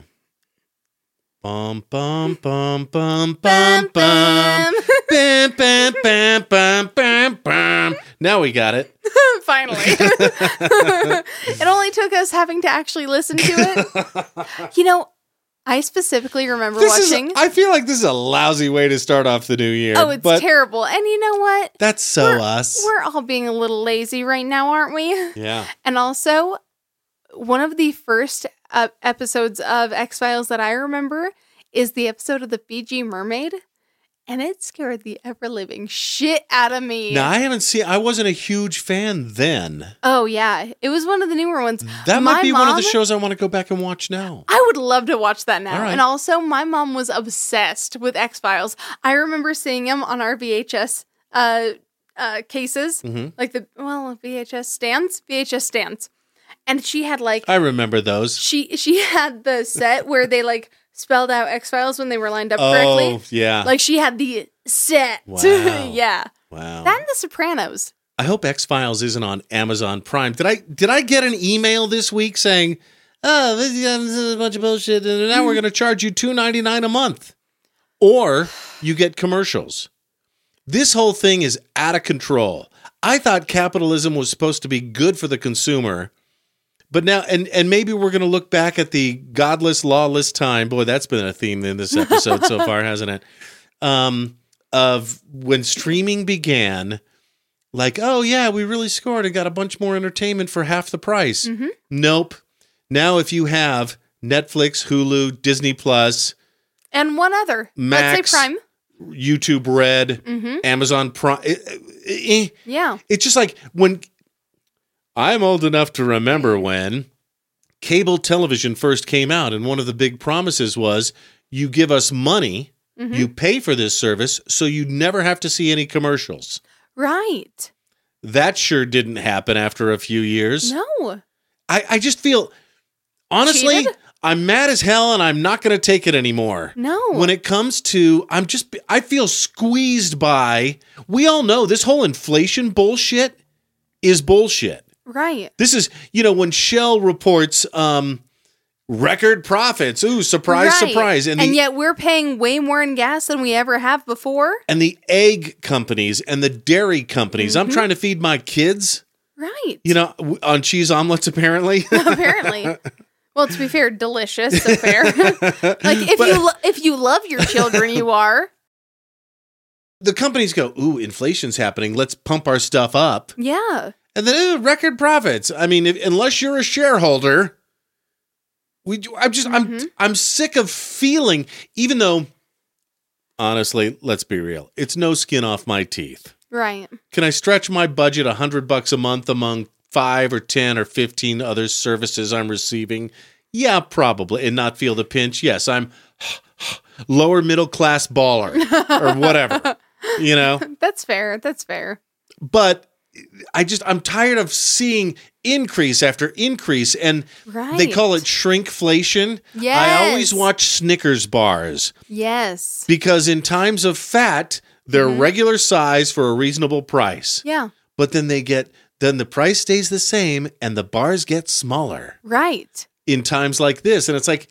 A: Bum bum bum bum bum bum bum bum bum bum bum bum. Now we got it.
B: Finally. it only took us having to actually listen to it. you know, I specifically remember
A: This is.
B: watching.
A: I feel like this is a lousy way to start off the new year.
B: oh, it's
A: but
B: terrible. And you know what?
A: That's so us.
B: We're all being a little lazy right now, aren't we?
A: yeah.
B: And also, one of the first uh, episodes of X Files that I remember is the episode of the Fiji mermaid, and it scared the ever living shit out of me.
A: Now I haven't seen. I wasn't a huge fan then.
B: Oh yeah, it was one of the newer ones.
A: That
B: My
A: might be one of the
B: mom-
A: shows I want to go back and watch now.
B: I would love to watch that now.
A: All right.
B: And also, my mom was obsessed with X Files. I remember seeing them on our VHS uh, uh, cases,
A: Mhm.
B: like the well VHS stands, VHS stands, and she had like
A: I remember those.
B: she she had the set where they like spelled out X Files when they were lined up correctly.
A: Oh, yeah.
B: Like she had the set.
A: Wow.
B: yeah.
A: wow.
B: That and The Sopranos.
A: I hope X Files isn't on Amazon Prime. Did I did I get an email this week saying, "Oh, this is a bunch of bullshit, and now we're going to charge you two ninety nine a month"? or you get commercials. This whole thing is out of control. I thought capitalism was supposed to be good for the consumer, but now and and maybe we're going to look back at the godless, lawless time. Boy, that's been a theme in this episode so far, hasn't it? Um, of when streaming began, like, oh yeah, we really scored and got a bunch more entertainment for half the price.
B: Mhm.
A: Nope. Now, if you have Netflix, Hulu, Disney Plus,
B: And one other. Let's
A: Max.
B: say Prime.
A: YouTube Red,
B: Mm-hmm.
A: Amazon Prime. eh, eh, eh.
B: Yeah.
A: It's just like when I'm old enough to remember when cable television first came out, and one of the big promises was you give us money,
B: Mhm.
A: you pay for this service, so you never have to see any commercials.
B: Right.
A: That sure didn't happen after a few years.
B: No.
A: I, I just feel, honestly,
B: Cheated?
A: I'm mad as hell and I'm not going to take it anymore.
B: No.
A: when it comes to i'm just i feel squeezed by we all know this whole inflation bullshit is bullshit
B: right.
A: this is you know when shell reports um record profits ooh surprise
B: Right.
A: surprise and, the,
B: yet we're paying way more in gas than we ever have before.
A: and the egg companies and the dairy companies
B: Mm-hmm.
A: i'm trying to feed my kids
B: Right.
A: you know w- on cheese omelets apparently
B: Apparently. Well, to be fair, delicious. So fair. like if
A: But-
B: you lo- if you love your children, you are.
A: the companies go ooh inflation's happening let's pump our stuff up
B: Yeah.
A: And then uh, record profits. I mean, if, unless you're a shareholder, we do, I'm just I'm
B: Mhm.
A: I'm sick of feeling even though honestly, let's be real. It's no skin off my teeth.
B: Right.
A: Can I stretch my budget a 100 bucks a month among 5 or 10 or 15 other services I'm receiving? Yeah, probably and not feel the pinch. Yes, I'm lower middle class baller or whatever. you know?
B: That's fair. That's fair.
A: but I just I'm tired of seeing increase after increase and
B: Right.
A: they call it shrinkflation. I always
B: Yes.
A: watch Snickers bars
B: Yes.
A: because in times of fat, they're
B: Mm-hmm.
A: regular size for a reasonable price.
B: Yeah.
A: But then they get then the price stays the same and the bars get smaller
B: Right.
A: in times like this and it's like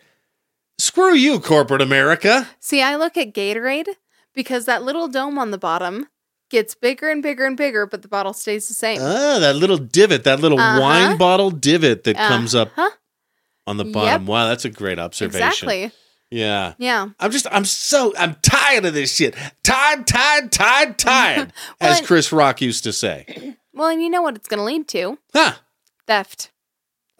A: screw you corporate America.
B: See, I look at Gatorade because that little dome on the bottom gets bigger and bigger and bigger, but the bottle stays the same.
A: Ah, that little divot, that little
B: Uh-huh.
A: wine bottle divot that comes up
B: Uh-huh.
A: on the
B: Yep.
A: bottom. Wow, that's a great observation.
B: Exactly.
A: Yeah.
B: Yeah.
A: I'm just, I'm so, I'm tired of this shit. Tired, tired, tired, tired,
B: Well,
A: as
B: and-
A: Chris Rock used to say.
B: Well, and you know what it's going to lead to?
A: Huh.
B: Theft,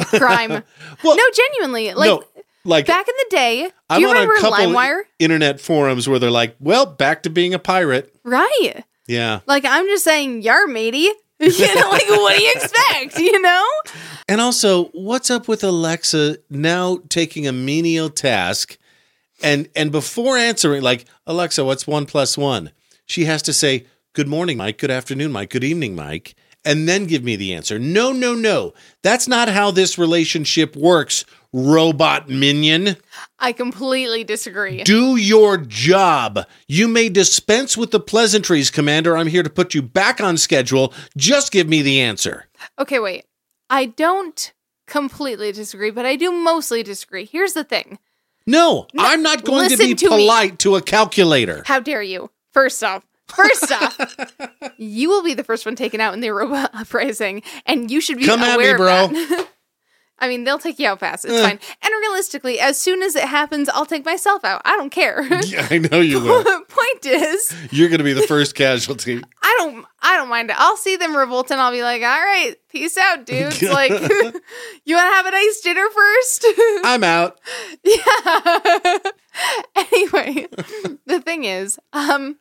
B: crime.
A: Well,
B: no, genuinely. Like
A: no, like,
B: back in the day, do
A: I'm
B: you
A: on
B: remember
A: a couple
B: LimeWire?
A: internet forums where they're like, well, back to being a pirate.
B: Right.
A: Yeah.
B: Like I'm just saying, yar matey. you know, like what do you expect? You know?
A: And also, what's up with Alexa now taking a menial task and and before answering, like, Alexa, what's one plus one? She has to say, Good morning, Mike, good afternoon, Mike, good evening, Mike, and then give me the answer. No, no, no. That's not how this relationship works, robot minion.
B: I completely disagree.
A: Do your job. You may dispense with the pleasantries, Commander. I'm here to put you back on schedule. Just give me the answer.
B: Okay, wait. I don't completely disagree, but I do mostly disagree. Here's the thing.
A: No, I'm not going to
B: listen
A: be
B: to me.
A: polite to a calculator.
B: How dare you? First off, first off, you will be the first one taken out in the Aruba uprising, and you should be
A: Come at me,
B: aware
A: bro.
B: of that. I mean, they'll take you out fast. It's fine. And realistically, as soon as it happens, I'll take myself out. I don't care.
A: Yeah, I know you will.
B: Point is,
A: You're going to be the first casualty.
B: I don't I don't mind it. I'll see them revolt and I'll be like, all right, peace out, dudes. like you wanna have a nice dinner first?
A: I'm out.
B: yeah. anyway, the thing is, um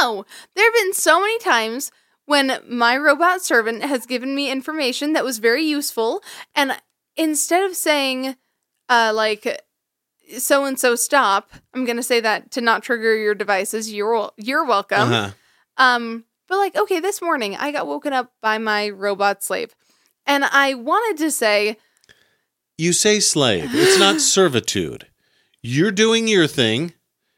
B: no. There have been so many times when my robot servant has given me information that was very useful and instead of saying uh like so and so stop, I'm going to say that to not trigger your devices. You're wel- you're welcome.
A: Uh-huh.
B: Um, but like, okay, this morning I got woken up by my robot slave, and I wanted to say,
A: You say slave. It's not servitude. You're doing your thing.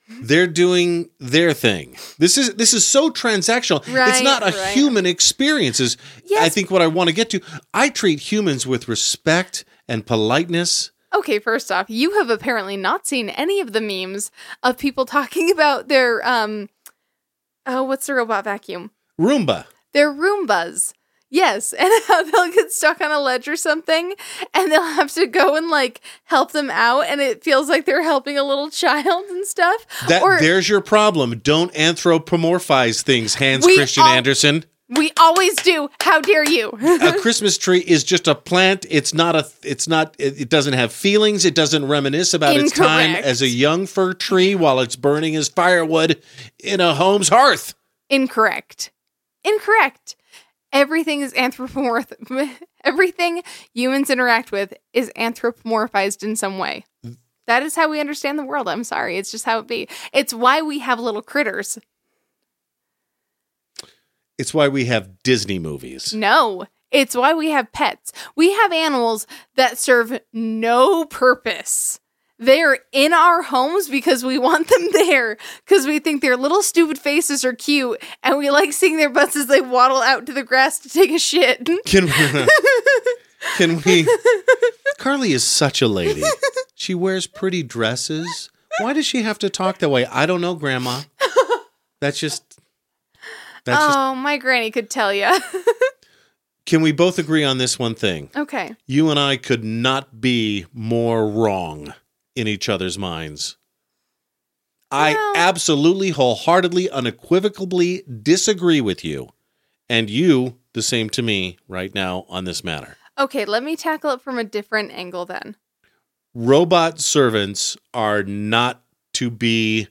A: They're doing their thing. This is this is so transactional. it's
B: Right,
A: not a
B: right.
A: human experience. Is I
B: Yes.
A: think what I want to get to. I treat humans with respect and politeness.
B: Okay, first off, you have apparently not seen any of the memes of people talking about their um oh, what's the robot vacuum?
A: Roomba.
B: They're Roombas. Yes, and how they'll get stuck on a ledge or something, and they'll have to go and like help them out, and it feels like they're helping a little child and stuff.
A: That
B: or
A: there's your problem. Don't anthropomorphize things, Hans
B: We
A: Christian
B: all-
A: Andersen.
B: we always do. How dare you?
A: a Christmas tree is just a plant. It's not a. It's not. It, it doesn't have feelings. It doesn't reminisce about its time
B: Incorrect.
A: as a young fir tree while it's burning as firewood in a home's hearth.
B: Incorrect. Incorrect. Everything is anthropomorph. Everything humans interact with is anthropomorphized in some way. That is how we understand the world. I'm sorry. It's just how it be. It's why we have little critters.
A: It's why we have Disney movies.
B: No, it's why we have pets. We have animals that serve no purpose. They're in our homes because we want them there, because we think their little stupid faces are cute, and we like seeing their butts as they waddle out to the grass to take a shit.
A: Can we, can we? Carly is such a lady. She wears pretty dresses. Why does she have to talk that way? I don't know, Grandma. That's just. That's just.
B: Oh, my granny could tell you.
A: Can we both agree on this one thing?
B: okay.
A: You and I could not be more wrong in each other's minds. I
B: No.
A: absolutely, wholeheartedly, unequivocally disagree with you, and you the same to me right now on this matter.
B: Okay, let me tackle it from a different angle then.
A: robot servants are not to be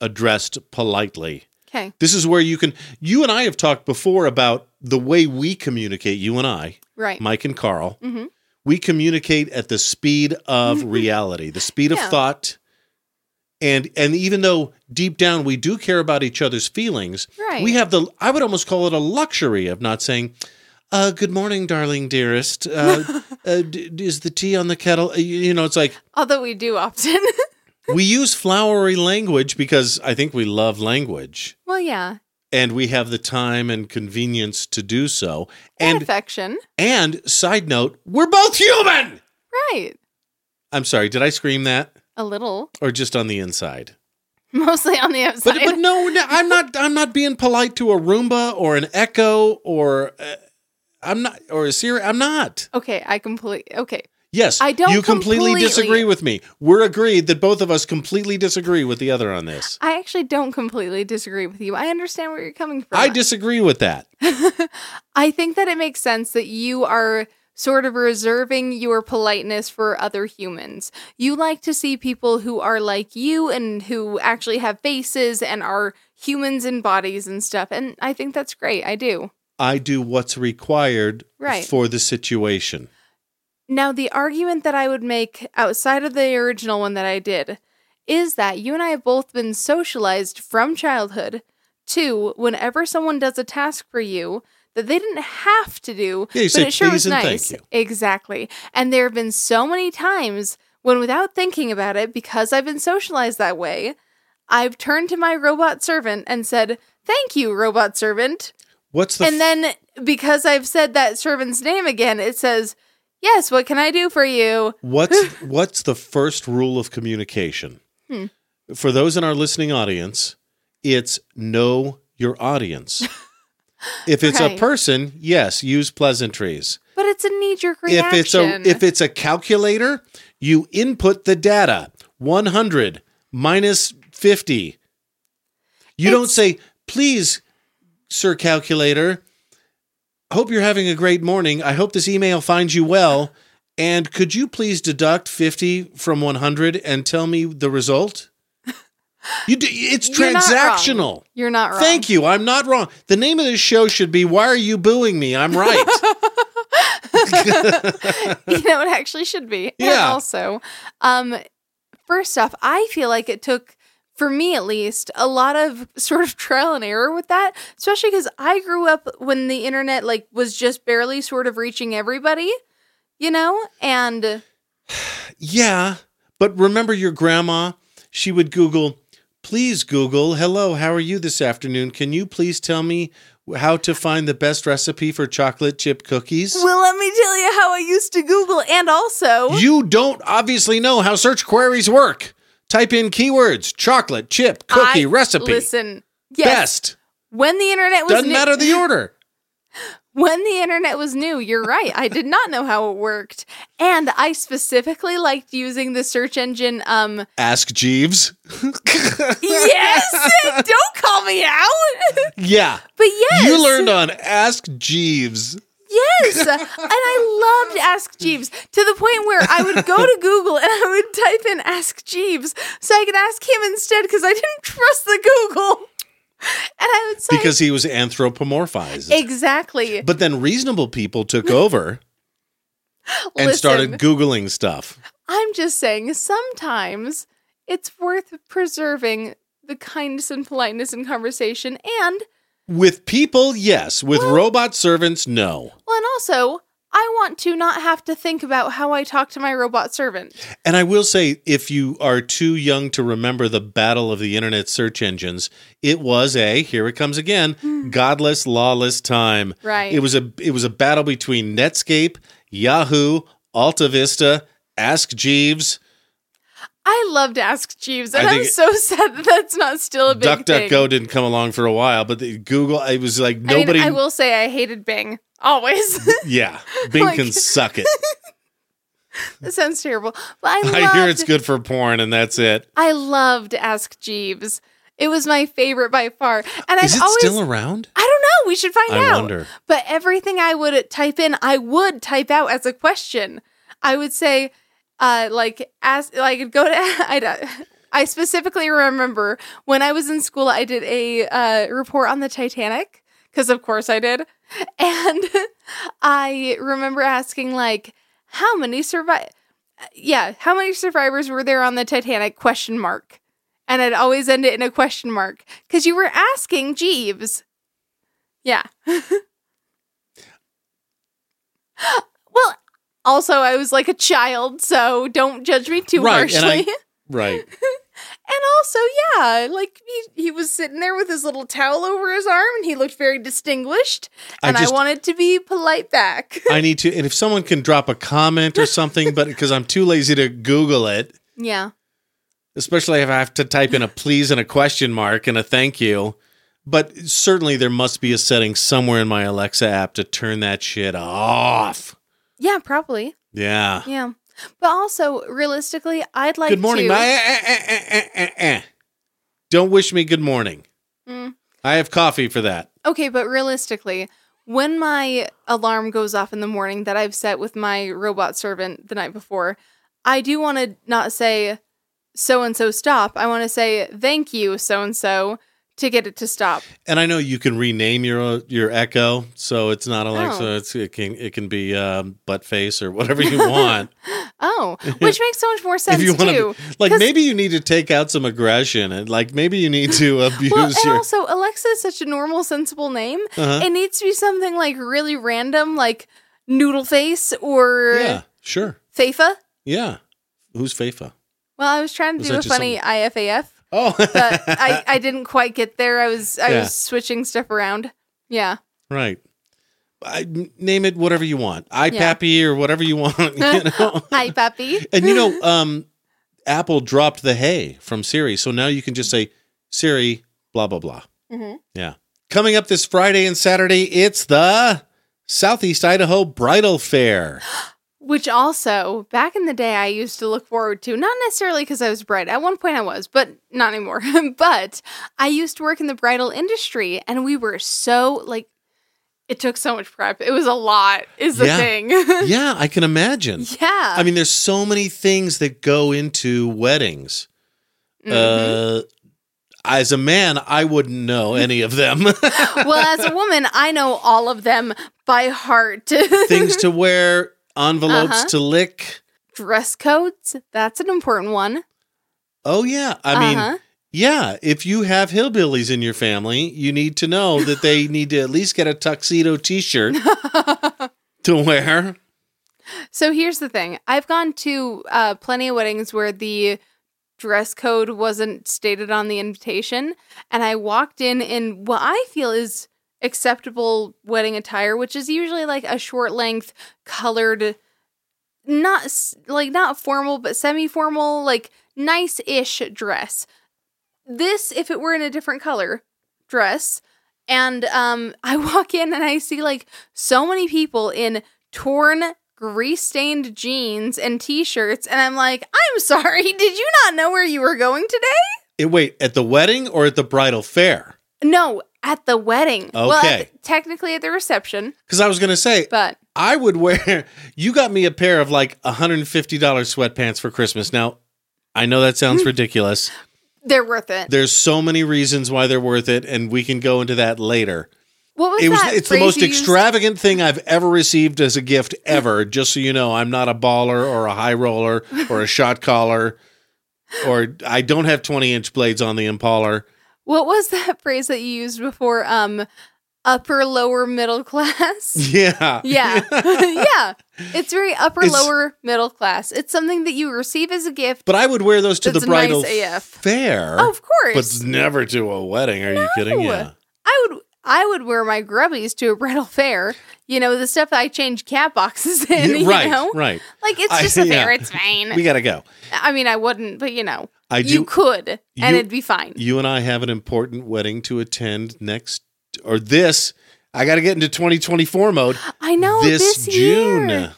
A: addressed politely.
B: Okay.
A: This is where you can, you and I have talked before about the way we communicate, you and I,
B: Right.
A: Mike and Carl.
B: Mhm.
A: We communicate at the speed of reality, the speed
B: Yeah.
A: of thought. And and even though deep down we do care about each other's feelings,
B: Right.
A: we have the I would almost call it a luxury of not saying, uh, "Good morning, darling, dearest. Uh, uh, d- d- is the tea on the kettle?" Uh, You, you know, it's like
B: Although we do often.
A: we use flowery language because I think we love language
B: well, yeah.
A: and we have the time and convenience to do so.
B: And
A: And
B: affection.
A: and side note, we're both human.
B: Right.
A: I'm sorry, did I scream that
B: A little.
A: or just on the inside?
B: Mostly on the outside.
A: But but no, no, I'm not I'm not being polite to a Roomba or an Echo or uh, I'm not or a Siri. I'm not.
B: okay, I completely. Okay.
A: Yes,
B: I don't
A: you completely,
B: completely-
A: disagree with me. We're agreed that both of us completely disagree with the other on this.
B: I actually don't completely disagree with you. I understand where you're coming from.
A: I disagree with that.
B: I think that it makes sense that you are sort of reserving your politeness for other humans. You like to see people who are like you and who actually have faces and are humans in bodies and stuff. And I think that's great. I do.
A: I do what's required
B: Right.
A: for the situation.
B: Now, the argument that I would make outside of the original one that I did is that you and I have both been socialized from childhood to whenever someone does a task for you that they didn't have to do,
A: Yeah, you
B: but
A: say
B: it sure was
A: please and thank
B: nice.
A: you.
B: Exactly. And there have been so many times when, without thinking about it, because I've been socialized that way, I've turned to my robot servant and said, Thank you, robot servant.
A: What's the
B: and then because I've said that servant's name again, it says, Yes, what can I do for you?
A: what's what's the first rule of communication?
B: Hmm.
A: For those in our listening audience, it's know your audience. if it's
B: Right.
A: a person, yes, use pleasantries.
B: But it's a knee jerk reaction.
A: If it's a if it's a calculator, you input the data. 100 minus 50. You don't
B: It's-
A: say, "Please, sir calculator, hope you're having a great morning. I hope this email finds you well, and could you please deduct 50 from 100 and tell me the result?" You do, it's
B: You're not wrong.
A: transactional.
B: You're not wrong.
A: Thank you. I'm not wrong. The name of this show should be Why Are You Booing Me? I'm right.
B: you know it actually should be and
A: Yeah.
B: also um first off i feel like it took for me at least a lot of sort of trial and error with that especially because i grew up when the internet like was just barely sort of reaching everybody you know and
A: Yeah, but remember your grandma? She would Google, please Google, hello, how are you this afternoon? Can you please tell me how to find the best recipe for chocolate chip cookies?
B: Well, let me tell you how I used to Google and also.
A: You don't obviously know how search queries work. Type in keywords chocolate chip cookie
B: I-
A: recipe.
B: Listen, yes.
A: Best.
B: When the internet was
A: Doesn't
B: new,
A: matter the order.
B: when the internet was new, you're right. I did not know how it worked, and I specifically liked using the search engine. Um,
A: Ask Jeeves.
B: yes, don't call me out.
A: Yeah.
B: But yes,
A: You learned on Ask Jeeves.
B: Yes, and I loved Ask Jeeves to the point where I would go to Google and I would type in Ask Jeeves so I could ask him instead because I didn't trust the Google, and I would say
A: because he was anthropomorphized.
B: exactly.
A: but then reasonable people took over and
B: Listen.
A: started Googling stuff.
B: I'm just saying, sometimes it's worth preserving the kindness and politeness in conversation. And,
A: With people, yes. With robot servants, no.
B: well, and also, I want to not have to think about how I talk to my robot servant.
A: And I will say, if you are too young to remember the battle of the internet search engines, it was a here it comes again, godless, lawless time.
B: Hmm. Right.
A: It was a it was a battle between Netscape, Yahoo, Alta Vista, Ask Jeeves,
B: I loved Ask Jeeves, and
A: I
B: I'm
A: think-
B: so sad that that's not still a big thing.
A: DuckDuckGo didn't come along for a while, but the Google, it was like
B: I mean,
A: nobody.
B: I will say I hated Bing. Always.
A: yeah, Bing
B: Like-
A: can suck it.
B: that sounds terrible. But I, loved,
A: I hear it's good for porn, and that's it.
B: I loved Ask Jeeves. It was my favorite by far. And
A: Is
B: I've
A: it
B: always
A: still around?
B: I don't know. We should find
A: I
B: out.
A: wonder.
B: But everything I would type in, I would type out as a question. I would say, uh, like, ask, like, go to, I'd, uh, I specifically remember when I was in school, I did a uh, report on the Titanic, because of course I did. And I remember asking, like, how many survived? Yeah, how many survivors were there on the Titanic? Question mark. And I'd always end it in a question mark because you were asking Jeeves. Yeah. well, also, I was like a child, so don't judge me too
A: Right,
B: harshly.
A: and I-
B: And,
A: Right.
B: also, yeah, like he, he was sitting there with his little towel over his arm and he looked very distinguished.
A: I
B: And I,
A: just-
B: wanted to be polite back.
A: I need to, and if someone can drop a comment or something, but because I'm too lazy to Google it,
B: yeah.
A: especially if I have to type in a please and a question mark and a thank you. But certainly there must be a setting somewhere in my Alexa app to turn that shit off.
B: Yeah, probably.
A: Yeah.
B: Yeah. But also, realistically, I'd like
A: good morning,
B: to.
A: Ma. Eh, eh, eh, eh, eh, eh, eh. Don't wish me good morning.
B: Mm.
A: I have coffee for that.
B: Okay, but realistically, when my alarm goes off in the morning that I've set with my robot servant the night before, I do want to not say so and so stop. I want to say thank you so and so to get it to stop.
A: And I know you can rename your uh, your Echo, so it's not Alexa.
B: Oh.
A: It's, it can it can be um, butt face or whatever you want.
B: Oh, which makes so much more sense
A: if you
B: too.
A: want to, like
B: 'cause-
A: maybe you need to take out some aggression and like maybe you need to abuse
B: well, and
A: your.
B: also Alexa is such a normal, sensible name.
A: Uh-huh.
B: It needs to be something like really random, like Noodle Face or
A: yeah, sure.
B: Fafa.
A: Yeah, who's Fafa?
B: Well, I was trying to
A: Was
B: do
A: that
B: a
A: just
B: funny IFAF.
A: Oh,
B: but I, I didn't quite get there. I was I
A: Yeah.
B: was switching stuff around. Yeah.
A: right. I, n- name it whatever you want, iPappy or whatever you want. You know?
B: Hi, puppy.
A: And you know, um, Apple dropped the hey from Siri, so now you can just say Siri, blah blah blah.
B: Mhm.
A: Yeah. Coming up this Friday and Saturday, it's the Southeast Idaho Bridal Fair.
B: Which also, back in the day, I used to look forward to, not necessarily because I was bright. At one point, I was, but not anymore. but I used to work in the bridal industry, and we were so like, it took so much prep. It was a lot, is the
A: Yeah.
B: thing.
A: yeah, I can imagine.
B: yeah.
A: I mean, there's so many things that go into weddings.
B: Mm. Mm-hmm.
A: Uh, as a man, I wouldn't know any of them.
B: well, as a woman, I know all of them by heart.
A: things to wear, envelopes
B: Uh-huh.
A: to lick.
B: Dress codes, that's an important one.
A: Oh yeah, I mean.
B: Uh-huh.
A: Yeah, if you have hillbillies in your family, you need to know that they need to at least get a tuxedo T-shirt to wear.
B: So here's the thing. I've gone to uh, plenty of weddings where the dress code wasn't stated on the invitation, and I walked in in what I feel is acceptable wedding attire, which is usually like a short length colored not s- like not formal but semi-formal like nice-ish dress. This if it were in a different color dress and um I walk in and I see like so many people in torn grease-stained jeans and t-shirts and I'm like, "I'm sorry, did you not know where you were going today?"
A: Eh, wait, at the wedding or at the bridal fair?
B: No, at the wedding. Well, at
A: Okay.
B: the- technically at the reception,
A: Because I was going to say,
B: but
A: I would wear. You got me a pair of like $150 sweatpants for Christmas. Now, I know that sounds ridiculous.
B: they're worth it.
A: There's so many reasons why they're worth it, and we can go into that later.
B: what was
A: It was.
B: that?
A: It's the
B: phrase
A: most
B: you used?
A: extravagant thing I've ever received as a gift ever. Just so you know, I'm not a baller or a high roller or a shot caller, or I don't have 20 inch blades on the Impaler.
B: What was that phrase that you used before? Um, upper lower middle class.
A: Yeah.
B: yeah, yeah. It's very upper
A: It's-
B: lower middle class. It's something that you receive as a gift.
A: But I would wear those to the
B: That's nice
A: bridal
B: AF.
A: fair.
B: Oh, of course,
A: but never to a wedding. Are you kidding? Yeah.
B: I would. I would wear my grubbies to a bridal fair. You know the stuff I change cat boxes in.
A: Yeah,
B: you
A: right.
B: know,
A: Right.
B: like it's
A: I-
B: just a
A: yeah.
B: fair. It's fine.
A: We gotta go.
B: I mean, I wouldn't, but you know,
A: I do.
B: you could, and
A: you-
B: it'd be fine.
A: you and I have an important wedding to attend next or this. I got to get into 2024 mode
B: I know
A: this,
B: this,
A: June.
B: year.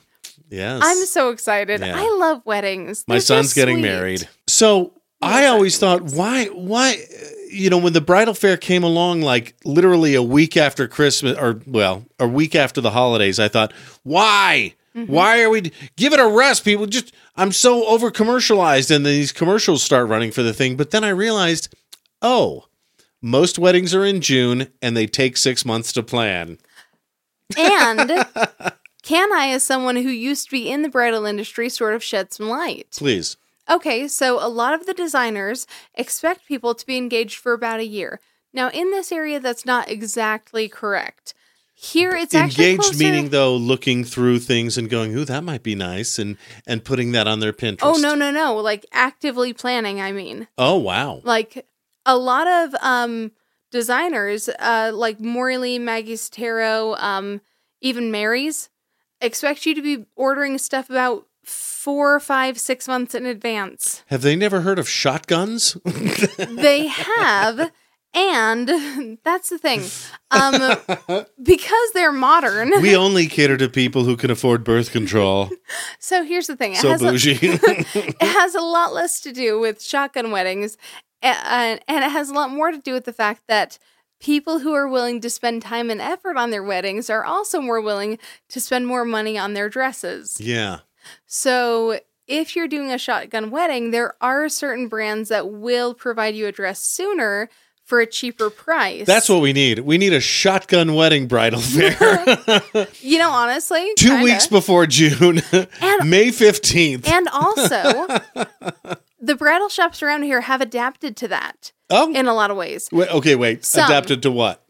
A: Yes.
B: I'm so excited.
A: Yeah.
B: I love weddings.
A: My
B: They're
A: son's
B: so
A: getting
B: sweet.
A: married. So I always thought, why, why, you know, when the bridal fair came along, like literally a week after Christmas, or well, a week after the holidays, I thought, why?
B: Mm-hmm.
A: Why are we d- give it a rest, people? Just I'm so over commercialized, and these commercials start running for the thing. But then I realized, oh, most weddings are in June, and they take six months to plan.
B: And can I, as someone who used to be in the bridal industry, sort of shed some light?
A: Please,
B: Okay, so a lot of the designers expect people to be engaged for about a year. Now, in this area, that's not exactly correct. Here, it's actually
A: engaged
B: closer-
A: meaning though, looking through things and going, "Ooh, that might be nice," and and putting that on their Pinterest.
B: Oh no, no, no! Like actively planning. I mean.
A: Oh wow.
B: like a lot of um designers uh like Morley, Maggie's Tarot, um even Mary's expect you to be ordering stuff about four, five, six months in advance.
A: Have they never heard of shotguns?
B: They have and that's the thing. Um because they're modern.
A: we only cater to people who can afford birth control.
B: So here's the thing. It
A: So
B: has a-
A: bougie.
B: it has a lot less to do with shotgun weddings and, and it has a lot more to do with the fact that people who are willing to spend time and effort on their weddings are also more willing to spend more money on their dresses
A: yeah.
B: so if you're doing a shotgun wedding there are certain brands that will provide you a dress sooner for a cheaper price
A: That's what we need. We need a shotgun wedding bridal fair.
B: you know honestly
A: 2
B: kinda.
A: weeks before June.
B: And-
A: May 15th.
B: and also the bridal shops around here have adapted to that
A: oh.
B: in a lot of ways
A: wait, okay, wait.
B: Some.
A: Adapted to what?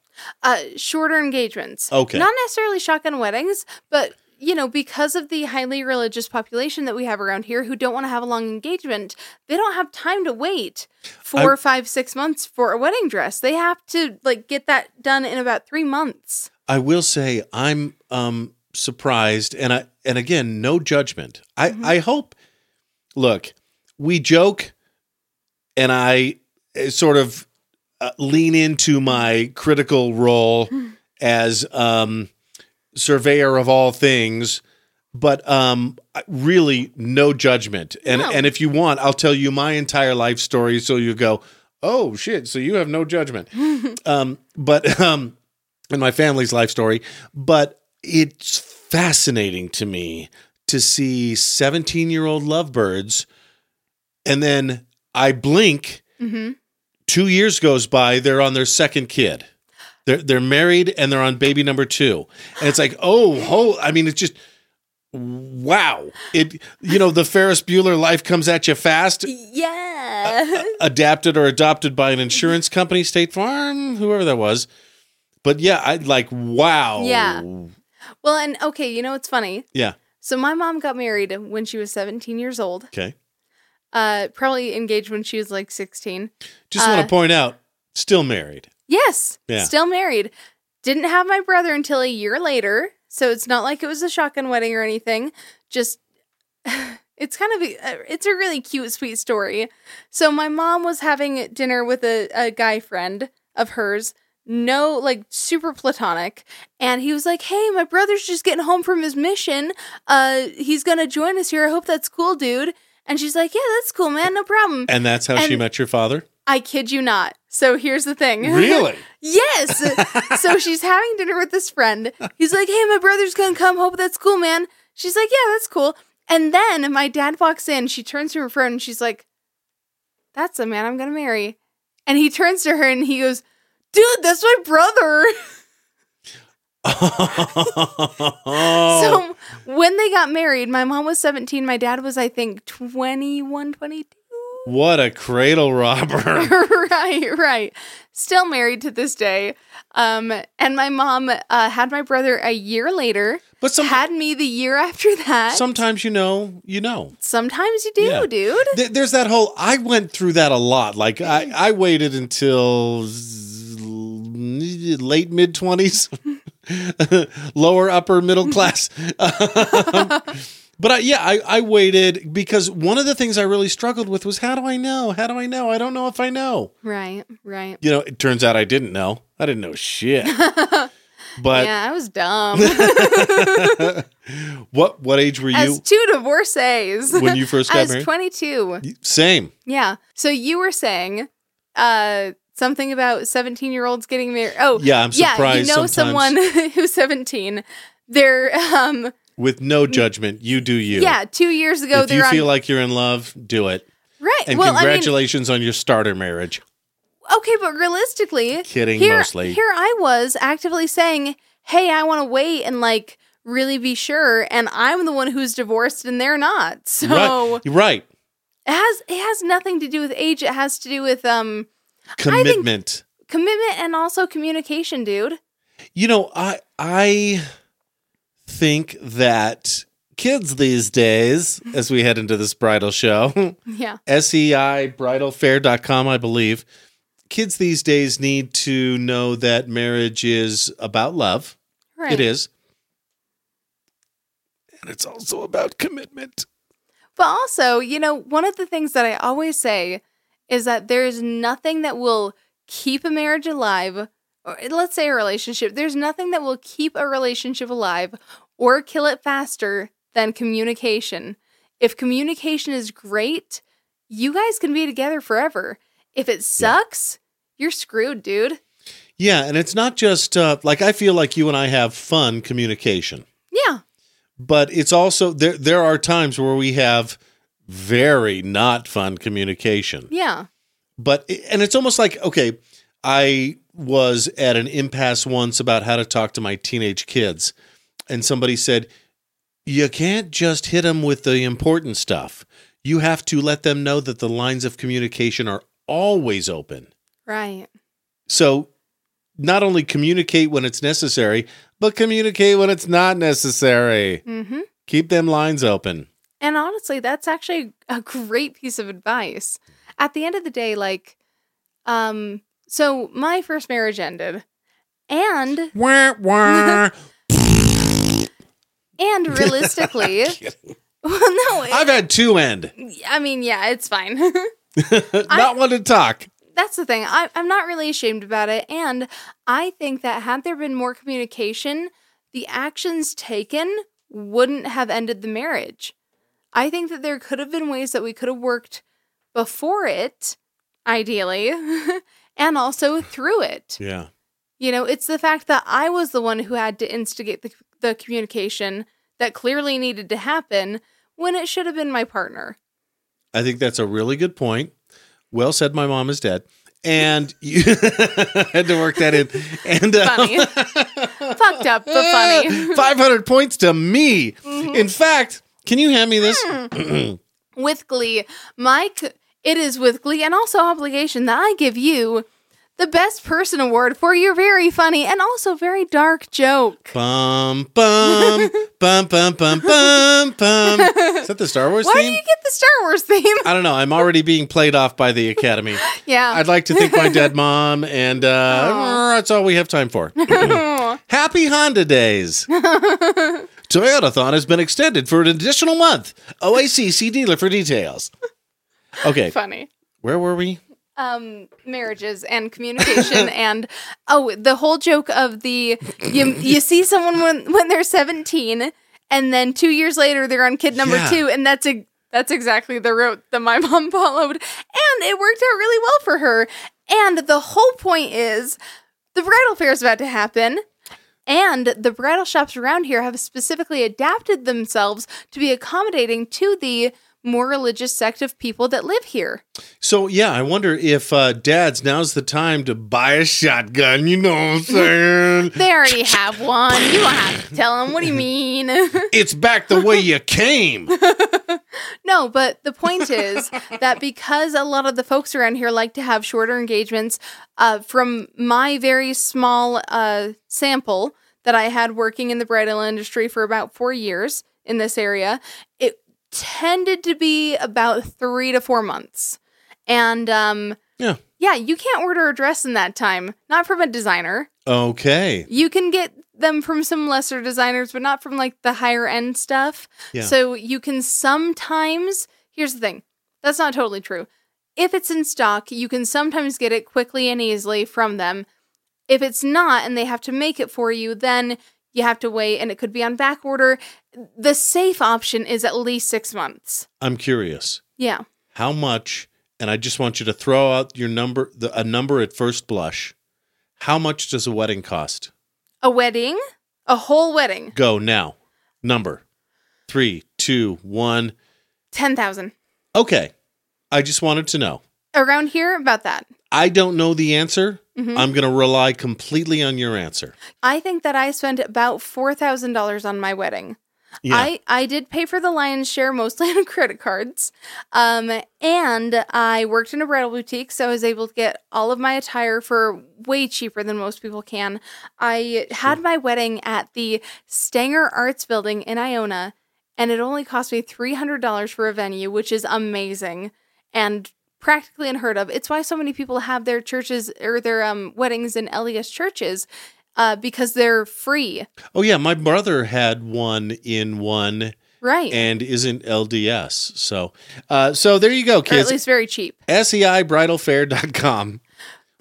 B: uh, shorter engagements.
A: Okay.
B: Not necessarily shotgun weddings, but you know, because of the highly religious population that we have around here who don't want to have a long engagement, they don't have time to wait four, five, six months for a wedding dress. They have to like get that done in about three months.
A: I will say I'm um surprised and I and again no judgment. I I hope look, we joke and I eh, sort of uh, lean into my critical role as um surveyor of all things but um I- really no judgment. And
B: No.
A: and if you want I'll tell you my entire life story so you go, "Oh shit, so you have no judgment." um but um and my family's life story, but it's fascinating to me to see 17 year old lovebirds. And then I blink,
B: Mm-hmm.
A: two years goes by, they're on their second kid. They're, they're married and they're on baby number two. And it's like, oh, ho, I mean, it's just wow. It, you know, the Ferris Bueller life comes at you fast
B: Yeah.
A: adapted or adopted by an insurance company, State Farm, whoever that was. But yeah, I like wow.
B: Yeah. well, and okay, you know what's funny?
A: Yeah.
B: So my mom got married when she was 17 years old.
A: Okay.
B: Uh probably engaged when she was like 16.
A: Just want
B: Uh,
A: to point out, still married.
B: Yes.
A: Yeah.
B: Still married. Didn't have my brother until a year later. So it's not like it was a shotgun wedding or anything. Just it's kind of a, uh, it's a really cute sweet story. So my mom was having dinner with a, a guy friend of hers. No, like super platonic. And he was like, Hey, my brother's just getting home from his mission. Uh, he's gonna join us here. I hope that's cool, dude. And she's like, Yeah, that's cool, man. No problem.
A: And that's how she
B: And-
A: met your father?
B: I kid you not. So here's the thing. Yes. so she's having dinner with this friend. He's like, "Hey, my brother's gonna come. Hope that's cool, man." She's like, "Yeah, that's cool." And then my dad walks in. She turns to her friend and she's like, "That's the man I'm gonna marry." And he turns to her and he goes, "Dude, that's my brother."
A: oh.
B: So when they got married, my mom was 17. My dad was, I think, 21, 22.
A: what a cradle robber.
B: right, right. Still married to this day. Um, and my mom uh, had my brother a year later,
A: But some,
B: had me the year after that.
A: sometimes you know, you know.
B: Sometimes you do,
A: Yeah.
B: dude.
A: Th- there's that whole I went through that a lot. Like I, I waited until z- late mid 20s, lower upper middle class. Um, But I, yeah, I, I waited because one of the things I really struggled with was how do I know? How do I know? I don't know if I know.
B: Right, right.
A: You know, it turns out I didn't know. I didn't know shit. But
B: yeah, I was dumb.
A: what what age were
B: As
A: you
B: two divorcees.
A: when you first
B: I
A: got
B: was
A: married?
B: 22.
A: Same.
B: Yeah. So you were saying uh, something about 17 year olds getting married. Oh,
A: Yeah, I'm
B: yeah. You
A: surprised
B: know
A: sometimes.
B: someone who's 17. They're, um,
A: With no judgment, you do you.
B: yeah, two years ago,
A: if
B: they're
A: you
B: on
A: feel like you're in love, do it.
B: Right.
A: And
B: well,
A: congratulations on your starter marriage.
B: I mean, okay, but realistically,
A: Kidding
B: here,
A: mostly.
B: here I was actively saying, "Hey, I want to wait and like really be sure," and I'm the one who's divorced and they're not. So
A: right. right.
B: it has it has nothing to do with age. It has to do with um
A: Commitment.
B: commitment and also communication, dude.
A: You know, I I think that kids these days, as we head into this bridal show, E
B: Yeah.
A: seibridalfair.com, I believe, kids these days need to know that marriage is about love.
B: Right.
A: It is. And it's also about commitment.
B: But also, you know, one of the things that I always say is that there is nothing that will keep a marriage alive, or eh, let's say a relationship, there's nothing that will keep a relationship alive or kill it faster than communication. If communication is great, you guys can be together forever. If it sucks, you're screwed, dude.
A: Yeah, and it's not just uh, like I feel like you and I have fun communication,
B: Yeah.
A: but it's also there. There are times where we have very not fun communication,
B: Yeah.
A: but and it's almost like okay, I was at an impasse once about how to talk to my teenage kids, and somebody said, "You can't just hit them with the important stuff. You have to let them know that the lines of communication are always open."
B: Right.
A: So not only communicate when it's necessary, but communicate when it's not necessary.
B: Mm hmm.
A: Keep them lines open.
B: And honestly, that's actually a great piece of advice. At the end of the day, like, um, so my first marriage ended, and
A: Wah, wah.
B: and realistically, well, no, it-
A: I've had two end.
B: I mean, yeah, it's fine.
A: not one to talk.
B: that's the thing. I, I'm not really ashamed about it, and I think that had there been more communication, the actions taken wouldn't have ended the marriage. I think that there could have been ways that we could have worked before it, ideally, and also through it.
A: Yeah.
B: You know, it's the fact that I was the one who had to instigate the, the communication that clearly needed to happen when it should have been my partner.
A: I think that's a really good point. Well said, my mom is dead. And you had to work that in. And uh,
B: Funny. Fucked up, but funny. Mm-hmm.
A: 500 points to me. In fact, can you hand me this?
B: Hmm. with glee. Mike, it is with glee and also obligation that I give you the Best Person Award for your very funny and also very dark joke.
A: Bum bum bum bum bum bum bum. Is that the Star Wars
B: Why do
A: theme?
B: you get the Star Wars theme?
A: I don't know. I'm already being played off by the Academy.
B: yeah.
A: I'd like to thank my dead mom, and uh, that's all we have time for. Happy Honda Days! Toyotathon has been extended for an additional month. OACC dealer for details. Okay,
B: funny.
A: where were we?
B: Um, marriages and communication and oh, the whole joke of the you you see someone when when they're seventeen and then two years later they're on kid number
A: Yeah.
B: two and that's a that's exactly the route that my mom followed and it worked out really well for her and the whole point is the bridal fair is about to happen. And the bridal shops around here have specifically adapted themselves to be accommodating to the more religious sect of people that live here.
A: So yeah, I wonder if uh, dads now's the time to buy a shotgun. You know what I'm saying?
B: They already have one. You don't have to tell them. What do you mean?
A: it's back the way you came.
B: no, but the point is that because a lot of the folks around here like to have shorter engagements, uh, from my very small uh, sample that I had working in the bridal industry for about four years in this area, it tended to be about three to four months. And um,
A: Yeah.
B: yeah, you can't order a dress in that time, not from a designer.
A: Okay.
B: You can get them from some lesser designers, but not from like the higher end stuff.
A: Yeah.
B: So you can sometimes, here's the thing that's not totally true. If it's in stock, you can sometimes get it quickly and easily from them. If it's not and they have to make it for you, then you have to wait and it could be on back order. The safe option is at least six months.
A: I'm curious.
B: Yeah.
A: How much? And I just want you to throw out your number, the, a number at first blush. How much does a wedding cost?
B: A wedding, a whole wedding,
A: Go now. Number three, two, one.
B: 10,000.
A: Okay. I just wanted to know.
B: Around here, about that.
A: I don't know the answer.
B: Mm-hmm.
A: I'm going to rely completely on your answer.
B: I think that I spent about four thousand dollars on my wedding.
A: Yeah.
B: I, I did pay for the lion's share mostly on credit cards. Um, and I worked in a bridal boutique, so I was able to get all of my attire for way cheaper than most people can. I had my wedding at the Stanger Arts Building in Iona, and it only cost me $300 for a venue, which is amazing and practically unheard of. It's why so many people have their churches or their um, weddings in LDS churches uh, because they're free.
A: oh, yeah. My brother had one in one
B: Right.
A: and isn't LDS. So, uh, so there you go,
B: or at
A: kids. E
B: least very cheap.
A: SEIbridalfair.com. we'll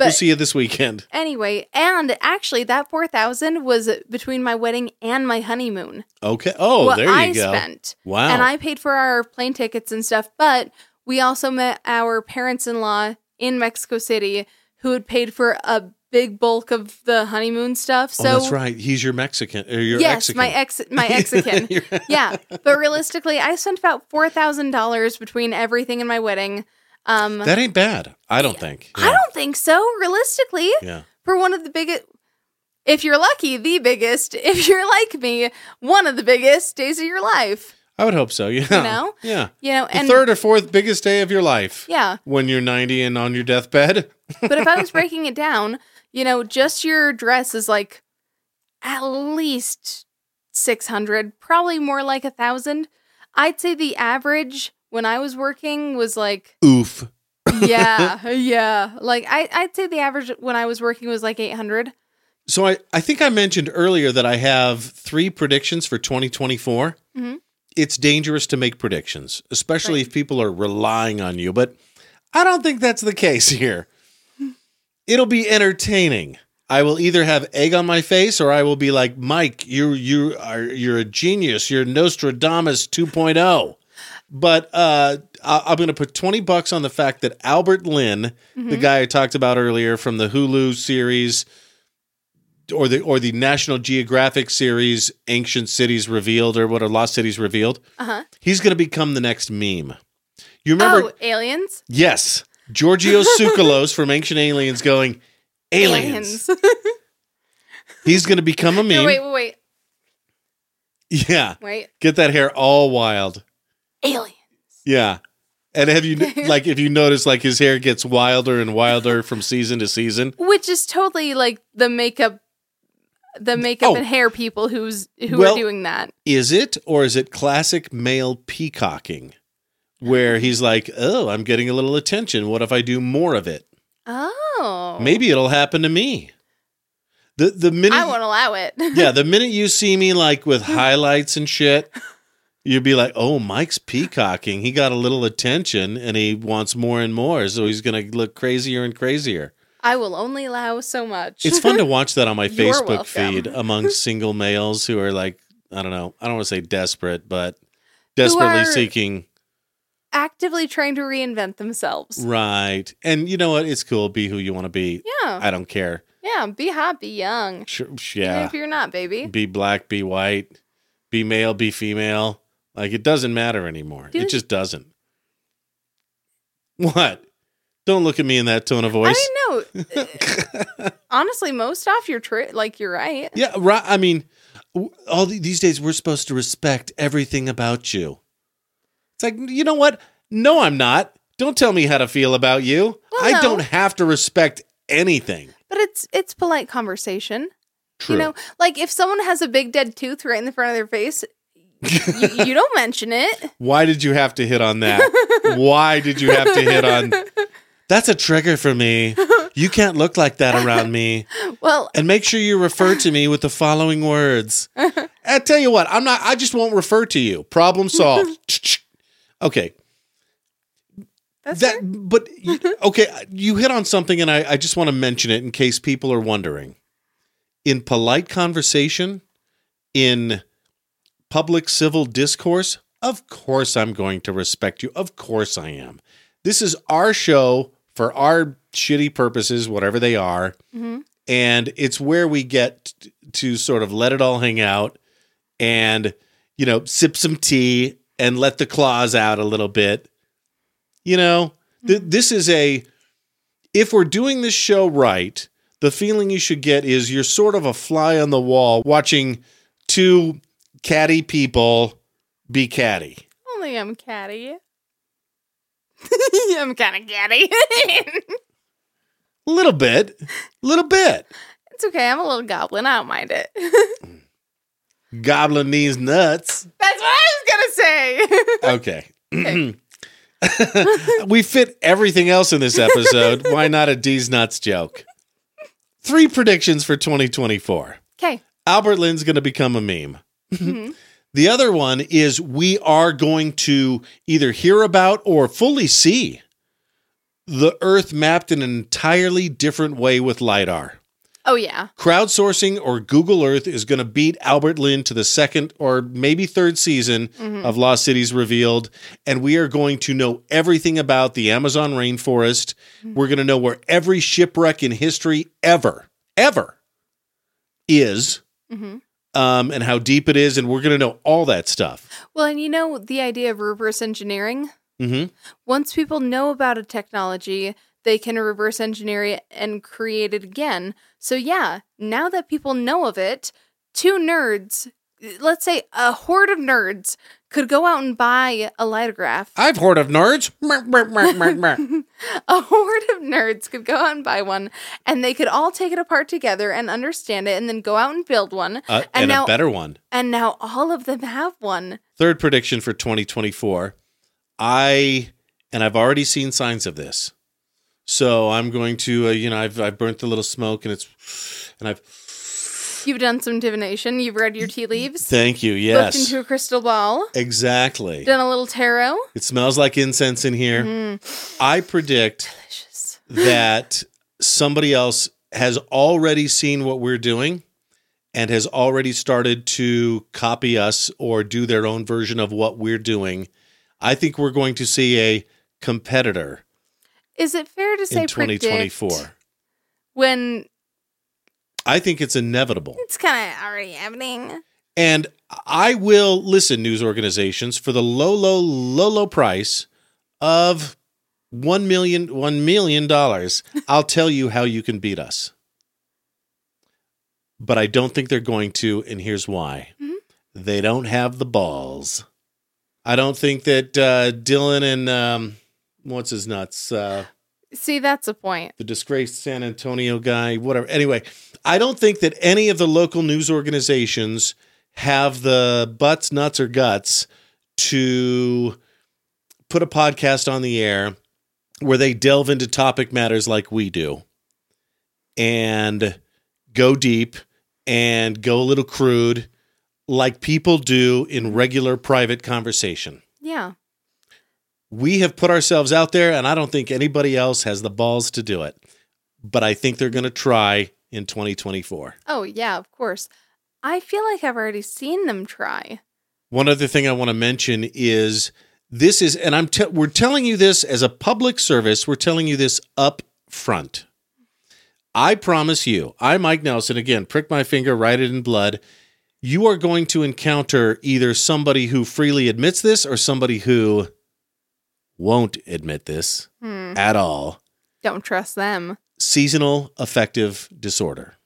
B: But-
A: see you this weekend.
B: Anyway, and actually, that four thousand was between my wedding and my honeymoon.
A: Okay. Oh,
B: what
A: there you
B: I
A: go.
B: spent,
A: Wow.
B: and I paid for our plane tickets and stuff. But we also met our parents-in-law in Mexico City, who had paid for a big bulk of the honeymoon stuff. So
A: oh, that's right. He's your Mexican or your
B: yes,
A: Exican.
B: my ex, my exican.
A: You're-
B: yeah, but realistically, I spent about four thousand dollars between everything and my wedding. Um,
A: that ain't bad. I don't think.
B: I don't think so. Realistically,
A: Yeah.
B: for one of the biggest if you're lucky the biggest if you're like me one of the biggest days of your life
A: I would hope so. Yeah.
B: know?
A: Yeah.
B: you know
A: The
B: and
A: third or fourth biggest day of your life.
B: yeah
A: When you're 90 and on your deathbed.
B: but if i was breaking it down you know just your dress is like at least 600 probably more like a thousand i'd say the average when i was working was like
A: Oof.
B: yeah yeah like I, i'd say the average when i was working was like 800
A: So I, I think I mentioned earlier that I have three predictions for 2024.
B: Mhm.
A: It's dangerous to make predictions, especially if people are relying on you, but I don't think that's the case here. It'll be entertaining. I will either have egg on my face or I will be like, "Mike, you you are you're a genius. You're Nostradamus 2.0." But uh, I, I'm going to put 20 bucks on the fact that Albert Lynn, the guy I talked about earlier from the Hulu series, or the or the National Geographic series Ancient Cities Revealed or what are Lost Cities Revealed.
B: uh-huh
A: He's going to become the next meme. You remember
B: oh aliens
A: yes, Giorgio Tsoukalos from Ancient Aliens going aliens. He's going to become a meme.
B: no, wait wait wait
A: Yeah.
B: wait
A: Get that hair all wild.
B: alien
A: Yeah. And have you like if you notice like his hair gets wilder and wilder from season to season?
B: which is totally like the makeup, the makeup
A: Oh.
B: and hair people who's who
A: Well-
B: are doing that.
A: Is it or is it classic male peacocking where he's like, "Oh, I'm getting a little attention. What if I do more of it?
B: Oh,
A: Maybe it'll happen to me." The the minute
B: I won't allow it.
A: Yeah, the minute you see me like with highlights and shit, you'd be like, "Oh, Mike's peacocking. He got a little attention and he wants more and more, so he's going to look crazier and crazier."
B: I will only allow so much.
A: It's fun to watch that on my
B: You're
A: Facebook
B: welcome.
A: feed among single males who are like, I don't know, I don't want to say desperate, but desperately
B: are-
A: seeking
B: actively trying to reinvent themselves.
A: right. And you know what? It's cool. Be who you want to be.
B: Yeah,
A: I don't care.
B: yeah. Be hot, be young.
A: Sure,
B: Even
A: yeah.
B: if you're not, baby.
A: Be black, be white, be male, be female. Like it doesn't matter anymore.
B: Dude.
A: It just doesn't. What? Don't look at me in that tone of voice.
B: I don't know. uh, Honestly, most off your trip, like you're right.
A: Yeah, right. I mean, w- all the, these days we're supposed to respect everything about you. It's like, you know what? No, I'm not. Don't tell me how to feel about you.
B: Well,
A: I
B: no.
A: don't have to respect anything.
B: But it's it's polite conversation.
A: True.
B: You know, like if someone has a big dead tooth right in the front of their face, y- you don't mention it.
A: Why did you have to hit on that? Why did you have to hit on? That's a trigger for me. You can't look like that around me.
B: Well,
A: And make sure you refer to me with the following words. I tell you what, I'm not I just won't refer to you. Problem solved. okay.
B: that's
A: that
B: fair.
A: but you- okay you hit on something and I, I just want to mention it in case people are wondering in polite conversation in public civil discourse of course i'm going to respect you of course i am this is our show for our shitty purposes whatever they are
B: Mm-hmm.
A: and it's where we get t- to sort of let it all hang out and you know sip some tea and let the claws out a little bit you know th- this is a if we're doing this show right the feeling you should get is you're sort of a fly on the wall watching two catty people be catty
B: only I'm catty. I'm kind of catty.
A: a little bit little bit
B: it's okay. I'm a little goblin. I don't mind it.
A: goblin these nuts
B: that's what I was gonna say.
A: okay we fit everything else in this episode why not a d's nuts joke three predictions for 2024
B: Okay.
A: Albert Lynn's going to become a meme. the other one is we are going to either hear about or fully see the Earth mapped in an entirely different way with LIDAR.
B: Oh yeah.
A: Crowdsourcing or Google Earth is going to beat Albert Lynn to the second or maybe third season of Lost Cities Revealed. And we are going to know everything about the Amazon rainforest. We're going to know where every shipwreck in history ever, ever is
B: hmm
A: um, and how deep it is, and we're going to know all that stuff.
B: Well, and you know the idea of reverse engineering.
A: hmm
B: Once people know about a technology, they can reverse engineer it and create it again. So, yeah, now that people know of it, two nerds, let's say a horde of nerds, could go out and buy a lithograph.
A: I've heard of nerds. Mer, mer, mer, mer, mer.
B: a horde of nerds could go out and buy one, and they could all take it apart together and understand it, and then go out and build one.
A: Uh, and
B: And now-
A: a better one.
B: And now all of them have one.
A: Third prediction for 2024. I and I've already seen signs of this, so I'm going to uh, you know I've I've burnt the little smoke and it's and I've
B: You've done some divination, you've read your tea leaves,
A: thank you
B: looked
A: yes
B: into a crystal ball,
A: exactly
B: done a little tarot.
A: it smells like incense in here. I predict
B: Delicious.
A: that somebody else has already seen what we're doing and has already started to copy us or do their own version of what we're doing. I think we're going to see a competitor
B: Is it fair to say
A: in 2024.
B: predict when
A: I think it's inevitable.
B: it's kind of already happening?
A: And I will listen, news organizations, for the low, low, low, low price of one million, one million dollars. I'll tell you how you can beat us. But I
B: Mm-hmm.
A: don't think they're going to, and here's why: they don't have the balls. I don't think that uh, Dylan and um, what's his nuts, uh,
B: See, that's a point.
A: the disgraced San Antonio guy, whatever. Anyway, I don't think that any of the local news organizations have the butts, nuts, or guts to put a podcast on the air where they delve into topic matters like we do and go deep and go a little crude like people do in regular private conversation
B: Yeah.
A: we have put ourselves out there, and I don't think anybody else has the balls to do it. But I think they're going to try in 2024.
B: Oh, yeah, of course. I feel like I've already seen them try.
A: One other thing I want to mention is this is, and I'm te- we're telling you this as a public service. We're telling you this up front. I promise you, I, Mike Nelson, again, prick my finger, write it in blood. You are going to encounter either somebody who freely admits this or somebody who won't admit this
B: Hmm.
A: at all.
B: Don't trust them.
A: seasonal affective disorder.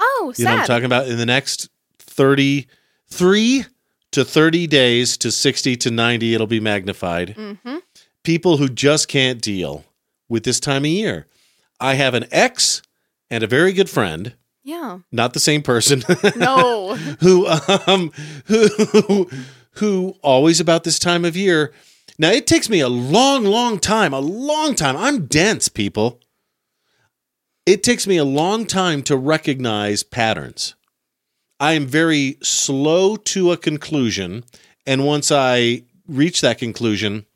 B: Oh,
A: You know what I'm
B: sad.
A: talking about? In the next 33 to 30 days to 60 to 90, it'll be magnified.
B: hmm
A: People who just can't deal with this time of year. I have an ex and a very good friend,
B: Yeah.
A: not the same person,
B: No.
A: who um who who always about this time of year. Now it takes me a long, long time, a long time. I'm dense, people. It takes me a long time to recognize patterns. I am very slow to a conclusion, and once I reach that conclusion,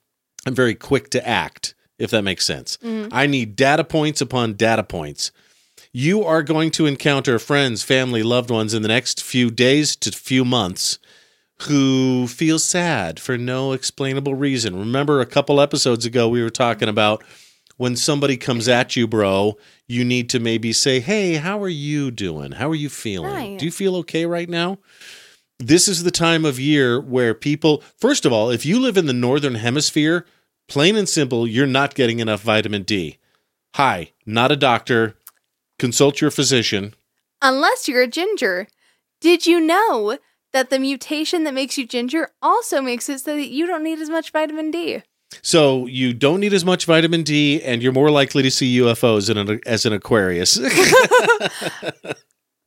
A: I'm very quick to act, if that makes sense. I need data points upon data points you are going to encounter friends, family, loved ones in the next few days to few months who feel sad for no explainable reason. Remember a couple episodes ago we were talking about when somebody comes at you, bro, you need to maybe say, "Hey, how are you doing? How are you feeling?
B: Right.
A: Do you feel okay right now?" This is the time of year where people, first of all, if you live in the northern hemisphere, plain and simple, you're not getting enough vitamin D. Hi, not a doctor, consult your physician.
B: Unless you're a ginger. Did you know that the mutation that makes you ginger also makes it so that you don't need as much vitamin D?
A: So you don't need as much vitamin D, and you're more likely to see UFOs in an, as an Aquarius.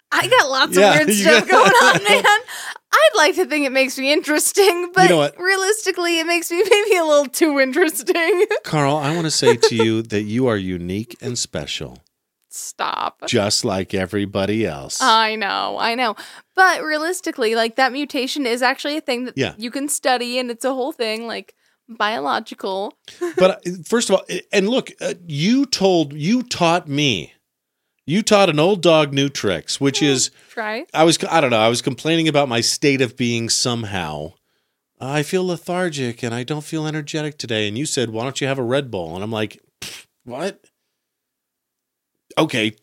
B: I got lots
A: Yeah,
B: of weird
A: you
B: stuff
A: got-
B: going on, man. I'd like to think it makes me interesting, but
A: know what?
B: realistically, it makes me maybe a little too interesting.
A: Carl, I want to say to you that you are unique and special,
B: Stop.
A: just like everybody else.
B: I know, I know. But realistically, like that mutation is actually a thing that
A: Yeah.
B: you can study and it's a whole thing, like biological.
A: but uh, first of all, uh, and look, uh, you told, you taught me, you taught an old dog new tricks, which is
B: Try.
A: I was I don't know, I was complaining about my state of being somehow. I feel lethargic and I don't feel energetic today and you said, "Why don't you have a Red Bull?" And I'm like, "Pfft, "What?" Okay.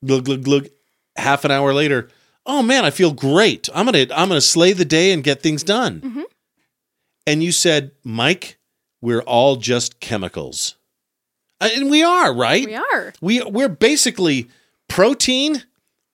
A: Look look look half an hour later, "Oh man, I feel great. I'm going to I'm going to slay the day and get things done."
B: Mhm.
A: And you said, "Mike, we're all just chemicals." And we are, right?
B: We are.
A: we we're basically protein,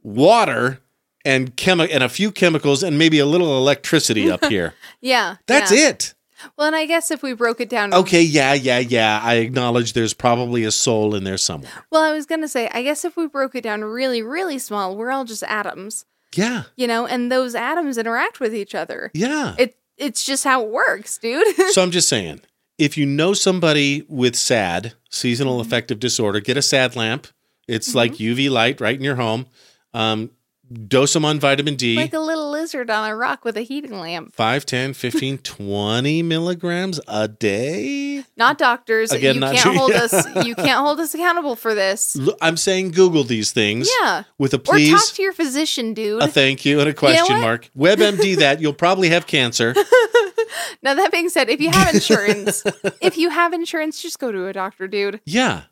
A: water, and chemi- and a few chemicals and maybe a little electricity up here.
B: Yeah.
A: That's
B: yeah.
A: it.
B: Well, and I guess if we broke it down.
A: Okay, yeah, yeah, yeah. I acknowledge there's probably a soul in there somewhere.
B: Well, I was going to say, I guess if we broke it down really, really small, we're all just atoms,
A: Yeah.
B: you know, and those atoms interact with each other.
A: Yeah.
B: It It's just how it works, dude.
A: so I'm just saying, if you know somebody with SAD, seasonal
B: Mm-hmm.
A: affective disorder, get a SAD lamp. It's like UV light right in your home. Um, dose them on vitamin D.
B: like a little lizard on a rock with a heating lamp.
A: 5, 10, 15, 20 milligrams a day.
B: Not doctors.
A: Again,
B: you
A: not
B: can't
A: you.
B: hold us. You can't hold us accountable for this.
A: Look, I'm saying Google these things.
B: Yeah.
A: With a
B: Or talk
A: please, Uh,
B: to your physician, dude.
A: a thank you, and a question
B: what?
A: mark. WebMD that. You'll probably have cancer.
B: now that being said, if you have insurance, if you have insurance, just go to a doctor, dude.
A: Yeah.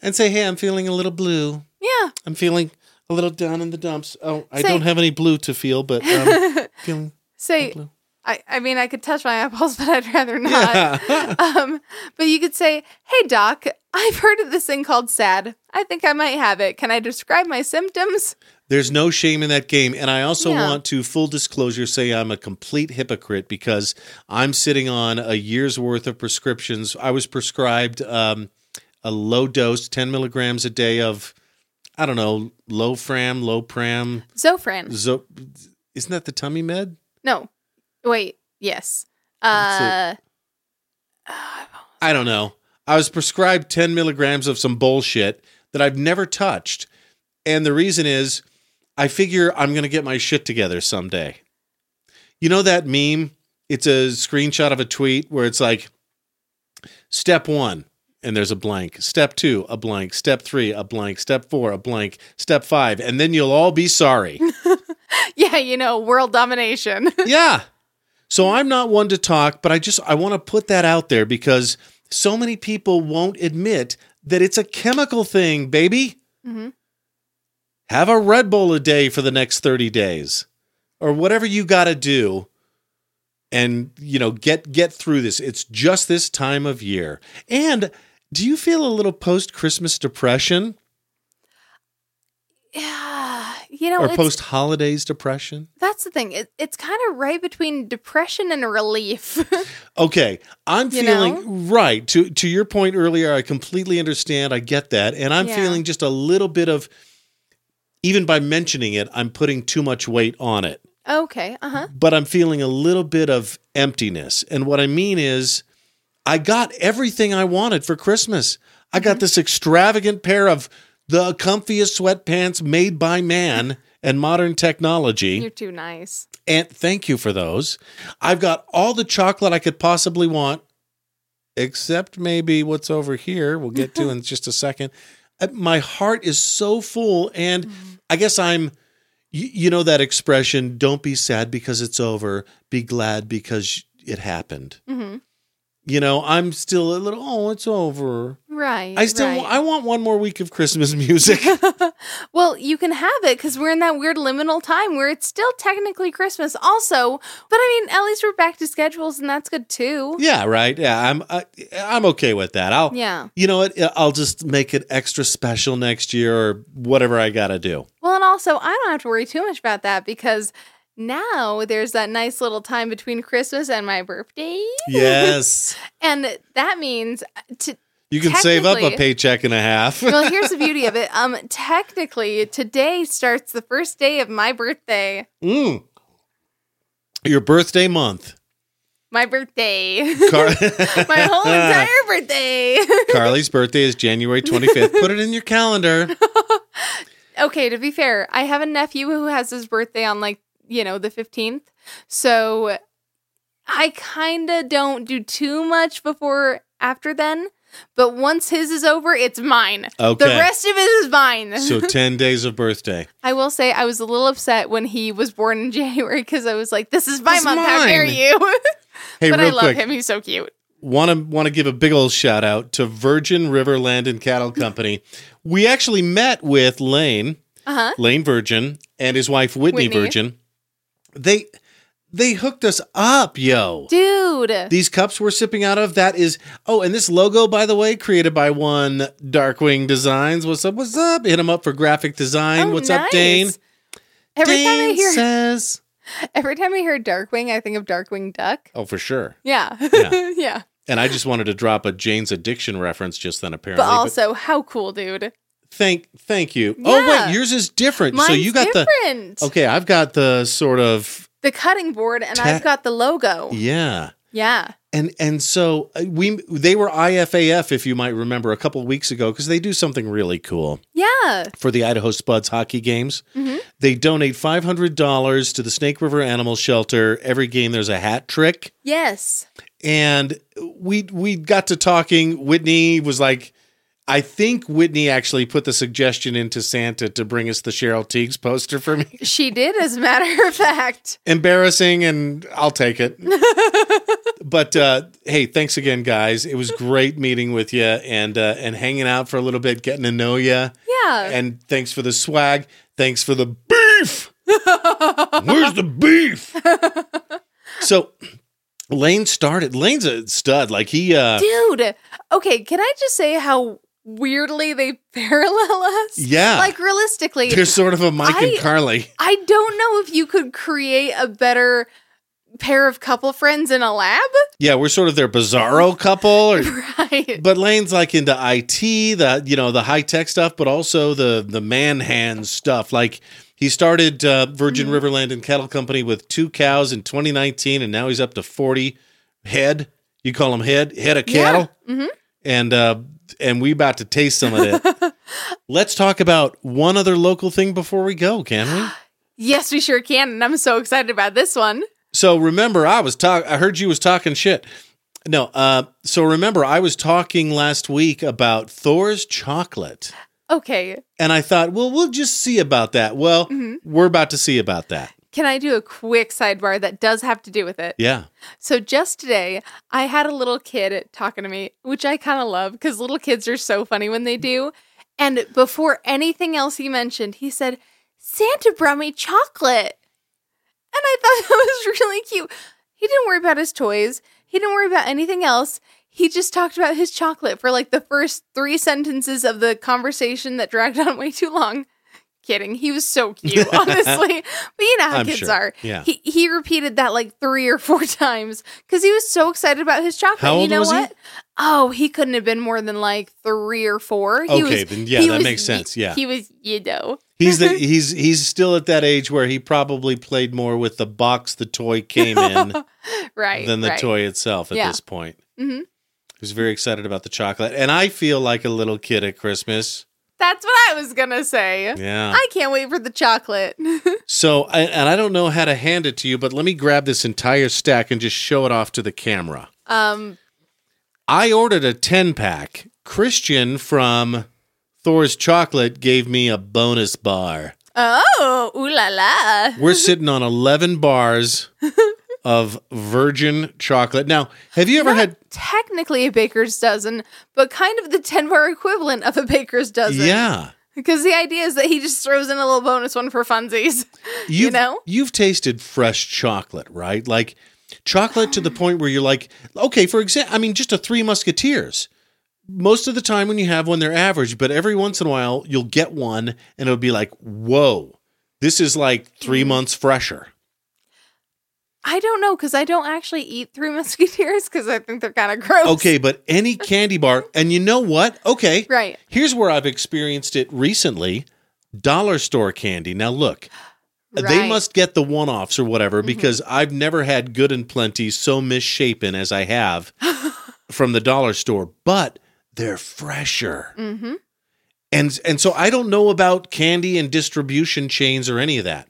A: And say, hey, I'm feeling a little blue.
B: Yeah.
A: I'm feeling a little down in the dumps. Oh, I
B: Say-
A: don't have any blue to feel, but um, feeling
B: Say,
A: blue.
B: I, I mean, I could touch my eyeballs, but I'd rather not. Um, but you could say, hey, doc, I've heard of this thing called SAD. I think I might have it. Can I describe my symptoms?
A: There's no shame in that game. And I also
B: Yeah.
A: want to, full disclosure, say I'm a complete hypocrite because I'm sitting on a year's worth of prescriptions. I was prescribed um, a low dose, 10 milligrams a day of, I don't know, low fram, low pram.
B: Zofran.
A: Zo- isn't that the tummy med?
B: No. Wait. Yes. Uh,
A: That's I don't know. I was prescribed 10 milligrams of some bullshit that I've never touched. And the reason is I figure I'm going to get my shit together someday. You know that meme? It's a screenshot of a tweet where it's like, step one, and there's a blank. Step two, a blank. Step three, a blank. Step four, a blank. Step five, and then you'll all be sorry.
B: yeah, you know, world domination.
A: yeah. So I'm not one to talk, but I just I want to put that out there because so many people won't admit that it's a chemical thing, baby.
B: Mhm.
A: Have a Red Bull a day for the next 30 days or whatever you got to do and you know get get through this. It's just this time of year. And do you feel a little post Christmas depression
B: yeah. You know,
A: or
B: it's,
A: post holidays depression?
B: that's the thing. It, it's kind of right between depression and relief.
A: Okay, I'm
B: You
A: feeling
B: know?
A: right. To to your point earlier, I completely understand. I get that, and I'm
B: Yeah.
A: feeling just a little bit of even by mentioning it, I'm putting too much weight on it.
B: okay. Uh huh.
A: But I'm feeling a little bit of emptiness. And what I mean is I got everything I wanted for Christmas. I
B: Mm-hmm.
A: got this extravagant pair of the comfiest sweatpants made by man and modern technology.
B: You're too nice.
A: And thank you for those. I've got all the chocolate I could possibly want, except maybe what's over here. We'll get to in just a second. Uh, My heart is so full, and I guess I'm. You, you know that expression: "Don't be sad because it's over. Be glad because it happened."
B: hmm
A: You know, I'm still a little. Oh, it's over.
B: Right.
A: I still.
B: right.
A: I want one more week of Christmas music.
B: Well, you can have it because we're in that weird liminal time where it's still technically Christmas, also. But I mean, at least we're back to schedules, and that's good too.
A: yeah, right. Yeah, I'm. I, I'm okay with that. I'll.
B: Yeah.
A: you know what? I'll just make it extra special next year or whatever I got to do.
B: Well, and also, I don't have to worry too much about that because now there's that nice little time between Christmas and my birthday.
A: Yes.
B: And that means uh, to
A: You can save up a
B: Technically-
A: paycheck and a half.
B: well, here's the beauty of it. Um technically, today starts the first day of my birthday.
A: Mm. Your birthday month.
B: My birthday.
A: Car-
B: my whole entire birthday.
A: Carly's birthday is January 25th. Put it in your calendar.
B: okay, to be fair, I have a nephew who has his birthday on like, you know, the 15th. So I kind of don't do too much before after then, but once his is over, it's mine. The
A: Okay.
B: rest of it is mine.
A: So 10 days of birthday.
B: I will say I was a little upset when he was born in January because I was like, this is my
A: It's
B: month. How dare
A: mine.
B: you?
A: Hey,
B: but I
A: real
B: love
A: quick.
B: him. He's so cute.
A: want to want to give a big old shout out to Virgin River Land and Cattle Company. We actually met with Lane,
B: Uh-huh.
A: Lane Virgin, and his wife Whitney,
B: Whitney.
A: Virgin. They they hooked us up, yo.
B: Dude.
A: These cups we're sipping out of that is oh, and this logo, by the way, created by one Darkwing Designs. What's up? What's up? Hit him up for graphic design.
B: Oh,
A: what's up,
B: nice.
A: Dane?
B: Every
A: Dane
B: time I hear
A: says,
B: every time I hear Darkwing, I think of Darkwing Duck.
A: oh, for sure.
B: Yeah.
A: Yeah.
B: yeah.
A: And I just wanted to drop a Jane's Addiction reference just then, apparently.
B: But also, how cool, dude.
A: Thank, thank you. Oh
B: Yeah.
A: wait, yours is different. so
B: Mine's
A: you got
B: different.
A: the Oh. okay. I've got the sort of
B: The cutting board, and
A: Ta-
B: I've got the logo.
A: yeah,
B: Yeah.
A: and and so uh, we they were IFAF if you might remember a couple weeks ago because they do something really cool
B: Yeah.
A: for the Idaho Spuds hockey games.
B: Mhm.
A: They donate five hundred dollars to the Snake River Animal Shelter. Every game there's a hat trick,
B: Yes.
A: and we we got to talking. Whitney was like. I think Whitney actually put the suggestion into Santa to bring us the Cheryl Teagues poster for me.
B: She did, as a matter of fact.
A: embarrassing and I'll take it. but uh, hey, thanks again, guys. It was great meeting with you and uh, and hanging out for a little bit, getting to know you.
B: Yeah.
A: And thanks for the swag. Thanks for the beef. Where's the beef? so Lane started. Lane's a stud. Like he uh
B: Dude. Okay. Can I just say how weirdly they parallel us.
A: Yeah.
B: Like realistically,
A: There's sort of a Mike and
B: I-
A: Carly.
B: I don't know if you could create a better pair of couple friends in a lab.
A: Yeah, we're sort of their bizarro couple. Or,
B: Right.
A: but Lane's like into IT, the you know the high tech stuff, but also the the man hand stuff. Like he started uh, Virgin Riverland and Cattle Company with two cows in 2019, and now he's up to 40 head. You call them head head of cattle,
B: Mhm.
A: and uh, and we about to taste some of it. Let's talk about one other local thing before we go, can we?
B: Yes, we sure can. And I'm so excited about this one.
A: So remember, I was talk. I heard you was talking shit. No, uh, so remember, I was talking last week about Thor's chocolate,
B: Okay.
A: and I thought, well, we'll just see about that. Well,
B: Mm-hmm.
A: we're about to see about that.
B: Can I do a quick sidebar that does have to do with it?
A: Yeah,
B: So just today, I had a little kid talking to me, which I kind of love because little kids are so funny when they do. And before anything else he mentioned, he said, Santa brought me chocolate. And I thought that was really cute. He didn't worry about his toys, he didn't worry about anything else. He just talked about his chocolate for like the first three sentences of the conversation that dragged on way too long. Kidding. He was so cute, honestly. but you know how
A: I'm
B: kids
A: sure.
B: are.
A: Yeah.
B: He, he repeated that like three or four times because he was so excited about his chocolate.
A: How old
B: you know
A: was he?
B: what? Oh, he couldn't have been more than like three or four. He
A: Okay,
B: was,
A: then, yeah,
B: he
A: that
B: was
A: makes
B: ye-
A: sense, yeah.
B: He was, you know.
A: he's the, he's he's still at that age where he probably played more with the box the toy came in
B: Right.
A: than the
B: right.
A: toy itself at
B: Yeah.
A: this point.
B: Mhm.
A: He was very excited about the chocolate, and I feel like a little kid at Christmas.
B: That's what I was going to say.
A: Yeah,
B: I can't wait for the chocolate.
A: So, I, and I don't know how to hand it to you, but let me grab this entire stack and just show it off to the camera.
B: um,
A: I ordered a 10 pack. Christian from Thor's Chocolate gave me a bonus bar.
B: oh, ooh la la.
A: We're sitting on 11 bars of virgin chocolate. Now, have you ever had.
B: Technically a baker's dozen, but kind of the 10 bar equivalent of a baker's dozen.
A: Yeah.
B: Because the idea is that he just throws in a little bonus one for funsies.
A: You've,
B: know?
A: You've tasted fresh chocolate, right? Like chocolate to the point where you're like, okay, for example, I mean, just a Three Musketeers. Most of the time when you have one, they're average, but every once in a while, you'll get one and it'll be like, whoa, this is like three months fresher.
B: I don't know because I don't actually eat Three Musketeers because I think they're kind of gross.
A: Okay, but any candy bar, and you know what? Okay.
B: Right.
A: Here's where I've experienced it recently dollar store candy. Now, look, they
B: Right. Mm-hmm.
A: must get the one offs or whatever because I've never had good and plenty so misshapen as I have from the dollar store, but they're fresher.
B: Mm-hmm.
A: And, and so I don't know about candy and distribution chains or any of that.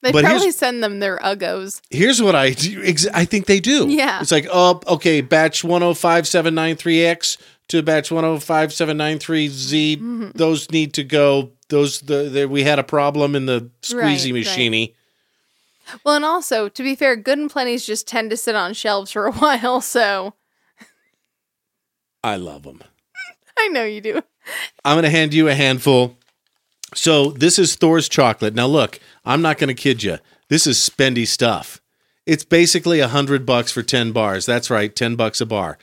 B: They
A: But here's-
B: probably send them their uggos.
A: Here's what I do. Ex- I think they do.
B: Yeah.
A: It's like, oh, okay, batch 105793X to batch 105793Z.
B: Mm-hmm.
A: Those need to go. Those, the, the, we had a problem in the squeezy
B: Right, right.
A: machine.
B: Well, and also, to be fair, Good and Plenty's just tend to sit on shelves for a while, so
A: I love them.
B: I know you do.
A: I'm going to hand you a handful. So this is Thor's chocolate. Now look, I'm not going to kid you. This is spendy stuff. It's basically a hundred bucks for ten bars. That's right, ten bucks a bar.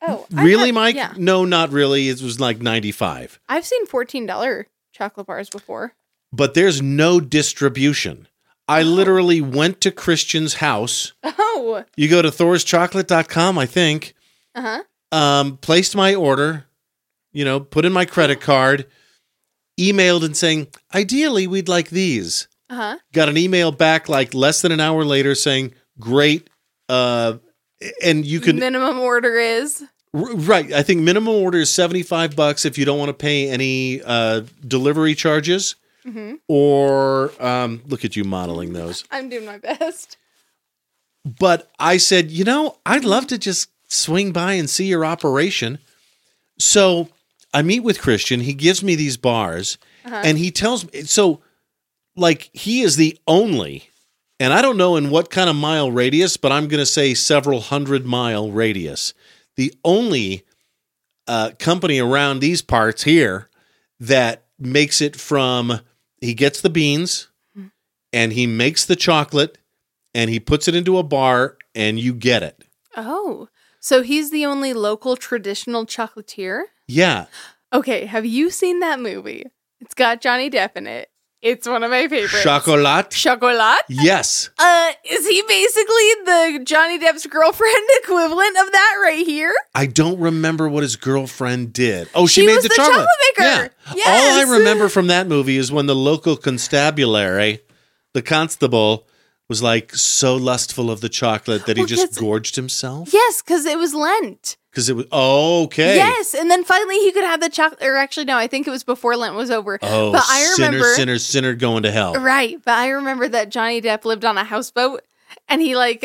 B: Oh,
A: Really, Mike?
B: Yeah,
A: No, not really. It was like ninety-five.
B: I've seen fourteen dollar chocolate bars before.
A: but there's no distribution. I literally went to Christian's house.
B: Oh,
A: You go to thorschocolate.com, I think,
B: uh huh.
A: um, placed my order, you know, put in my credit card, emailed and saying, ideally, we'd like these.
B: Uh huh.
A: Got an email back like less than an hour later saying, great. Uh, and you can,
B: Minimum order is
A: r- right. I think minimum order is 75 bucks if you don't want to pay any uh, delivery charges. Or um, look at you modeling those.
B: I'm doing my best.
A: But I said, you know, I'd love to just swing by and see your operation. So I meet with Christian. He gives me these bars and he tells me, so like he is the only, and I don't know in what kind of mile radius, but I'm going to say several hundred mile radius, the only uh, company around these parts here that makes it from he gets the beans and he makes the chocolate and he puts it into a bar and you get it.
B: Oh, so he's the only local traditional chocolatier.
A: Yeah.
B: Okay, have you seen that movie? It's got Johnny Depp in it. It's one of my favorites.
A: Chocolat?
B: Chocolat?
A: Yes.
B: Uh, is he basically the Johnny Depp's girlfriend equivalent of that right here?
A: I don't remember what his girlfriend did. Oh, she,
B: She
A: made
B: was
A: the,
B: the
A: chocolate.
B: troublemaker.
A: Yeah.
B: Yes.
A: All I remember from that movie is when the local constabulary, the constable, was like so lustful of the chocolate that he
B: Well,
A: just
B: 'cause-
A: gorged himself.
B: Yes, because it was Lent.
A: Because it was oh, okay.
B: Yes, and then finally he could have the chocolate. Or actually, no, I think it was before Lent was over.
A: Oh,
B: but I
A: sinner,
B: remember,
A: sinner, sinner going to hell.
B: right? But I remember that Johnny Depp lived on a houseboat, and he like.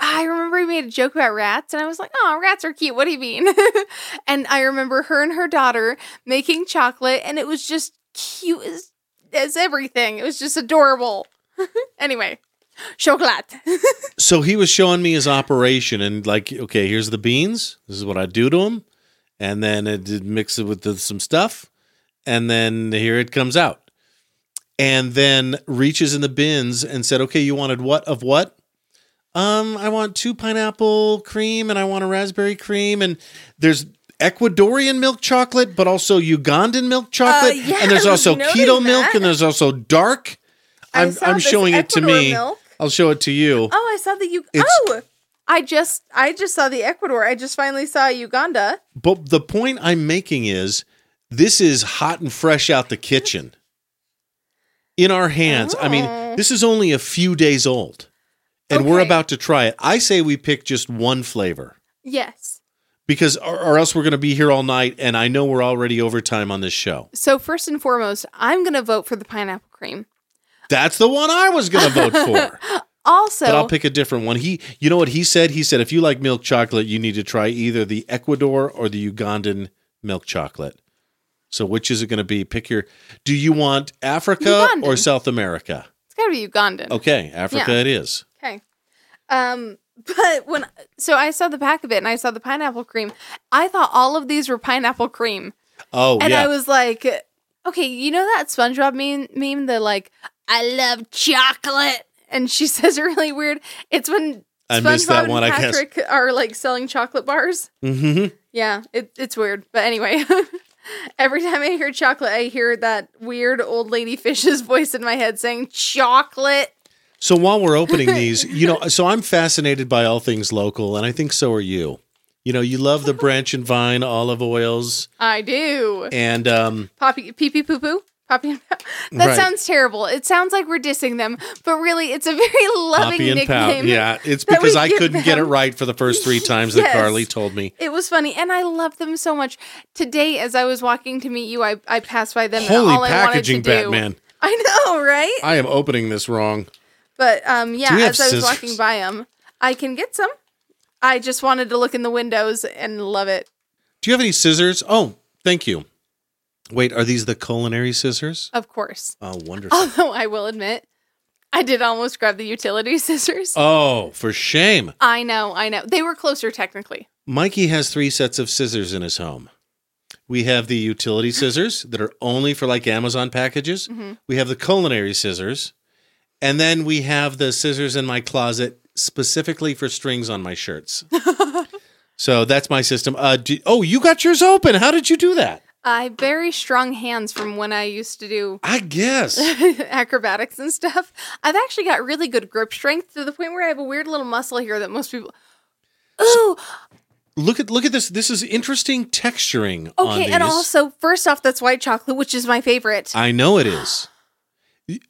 B: I remember he made a joke about rats, and I was like, "Oh, rats are cute. What do you mean?" and I remember her and her daughter making chocolate, and it was just cute as, as everything. It was just adorable. anyway, chocolate.
A: So he was showing me his operation and like, okay, here's the beans. This is what I do to them, and then I did mix it with the- some stuff, and then here it comes out. And then reaches in the bins and said, "Okay, you wanted what of what? Um, I want two pineapple cream and I want a raspberry cream and there's." Ecuadorian milk chocolate, but also Ugandan milk chocolate,
B: Uh, yeah,
A: and there's
B: I was
A: also
B: noting
A: keto milk,
B: that.
A: and there's also dark.
B: I
A: I'm,
B: saw
A: I'm
B: this
A: showing it to
B: Ecuador
A: me.
B: milk.
A: I'll show it to you.
B: Oh, I saw the U.
A: It's-
B: oh, I just I just saw the Ecuador. I just finally saw Uganda.
A: But the point I'm making is this is hot and fresh out the kitchen in our hands. I mean, this is only a few days old and we're
B: Okay.
A: about to try it. I say we pick just one flavor
B: Yes.
A: because or, or else we're going to be here all night and I know we're already overtime on this show.
B: So first and foremost, I'm gonna vote for the pineapple cream.
A: That's the one I was going to vote for.
B: Also,
A: But I'll pick a different one. He you know what he said? He said if you like milk chocolate, you need to try either the Ecuador or the Ugandan milk chocolate. So which is it going to be? Pick your Do you want Africa
B: Ugandan.
A: or South America?
B: it's gotta be Ugandan.
A: Okay, Africa
B: Yeah.
A: it is.
B: Okay. Um, but when so I saw the pack of it and I saw the pineapple cream, I thought all of these were pineapple cream,
A: Oh
B: and
A: yeah.
B: I was like, okay, you know that SpongeBob meme, meme the like, I love chocolate, and she says it really weird. It's when
A: I missed that
B: SpongeBob
A: one, I
B: and
A: guess.
B: Patrick are like selling chocolate bars.
A: hmm
B: Yeah, it, it's weird. But anyway, every time I hear chocolate, I hear that weird old lady fish's voice in my head saying, chocolate.
A: So while we're opening these, you know, so I'm fascinated by all things local and I think so are you. You know, you love the branch and vine olive oils
B: I do.
A: and um
B: Poppy, pee pee poo poo. Poppy. That
A: Right.
B: sounds terrible. It sounds like we're dissing them, but really, it's a very loving
A: Poppy and
B: nickname.
A: Pow. Yeah, it's
B: that we
A: because I
B: give
A: couldn't get it
B: them.
A: right for the first three times that
B: Yes.
A: Carly told me.
B: It was funny, and I love them so much. Today, as I was walking to meet you, I, I passed by them. and
A: Holy
B: all
A: packaging,
B: I wanted to do-
A: Batman.
B: I know, right?
A: I am opening this wrong.
B: But um, yeah,
A: Do we have
B: as I was
A: scissors?
B: walking by them, I can get some. I just wanted to look in the windows and love it.
A: Do you have any scissors? Oh, thank you. Wait, are these the culinary scissors?
B: Of course.
A: Oh, wonderful.
B: Although I will admit, I did almost grab the utility scissors.
A: Oh, for shame.
B: I know, I know. They were closer technically.
A: Mikey has three sets of scissors in his home. We have the utility scissors that are only for like Amazon packages. We have the culinary scissors. And then we have the scissors in my closet specifically for strings on my shirts. so that's my system. Uh, do, oh, you got yours open. How did you do that?
B: I have very strong hands from when I used to do
A: I guess.
B: acrobatics and stuff. I've actually got really good grip strength to the point where I have a weird little muscle here that most people. Ooh,
A: look at look at this. This is interesting texturing on
B: okay.
A: these.
B: And also, first off, that's white chocolate, which is my favorite.
A: I know it is.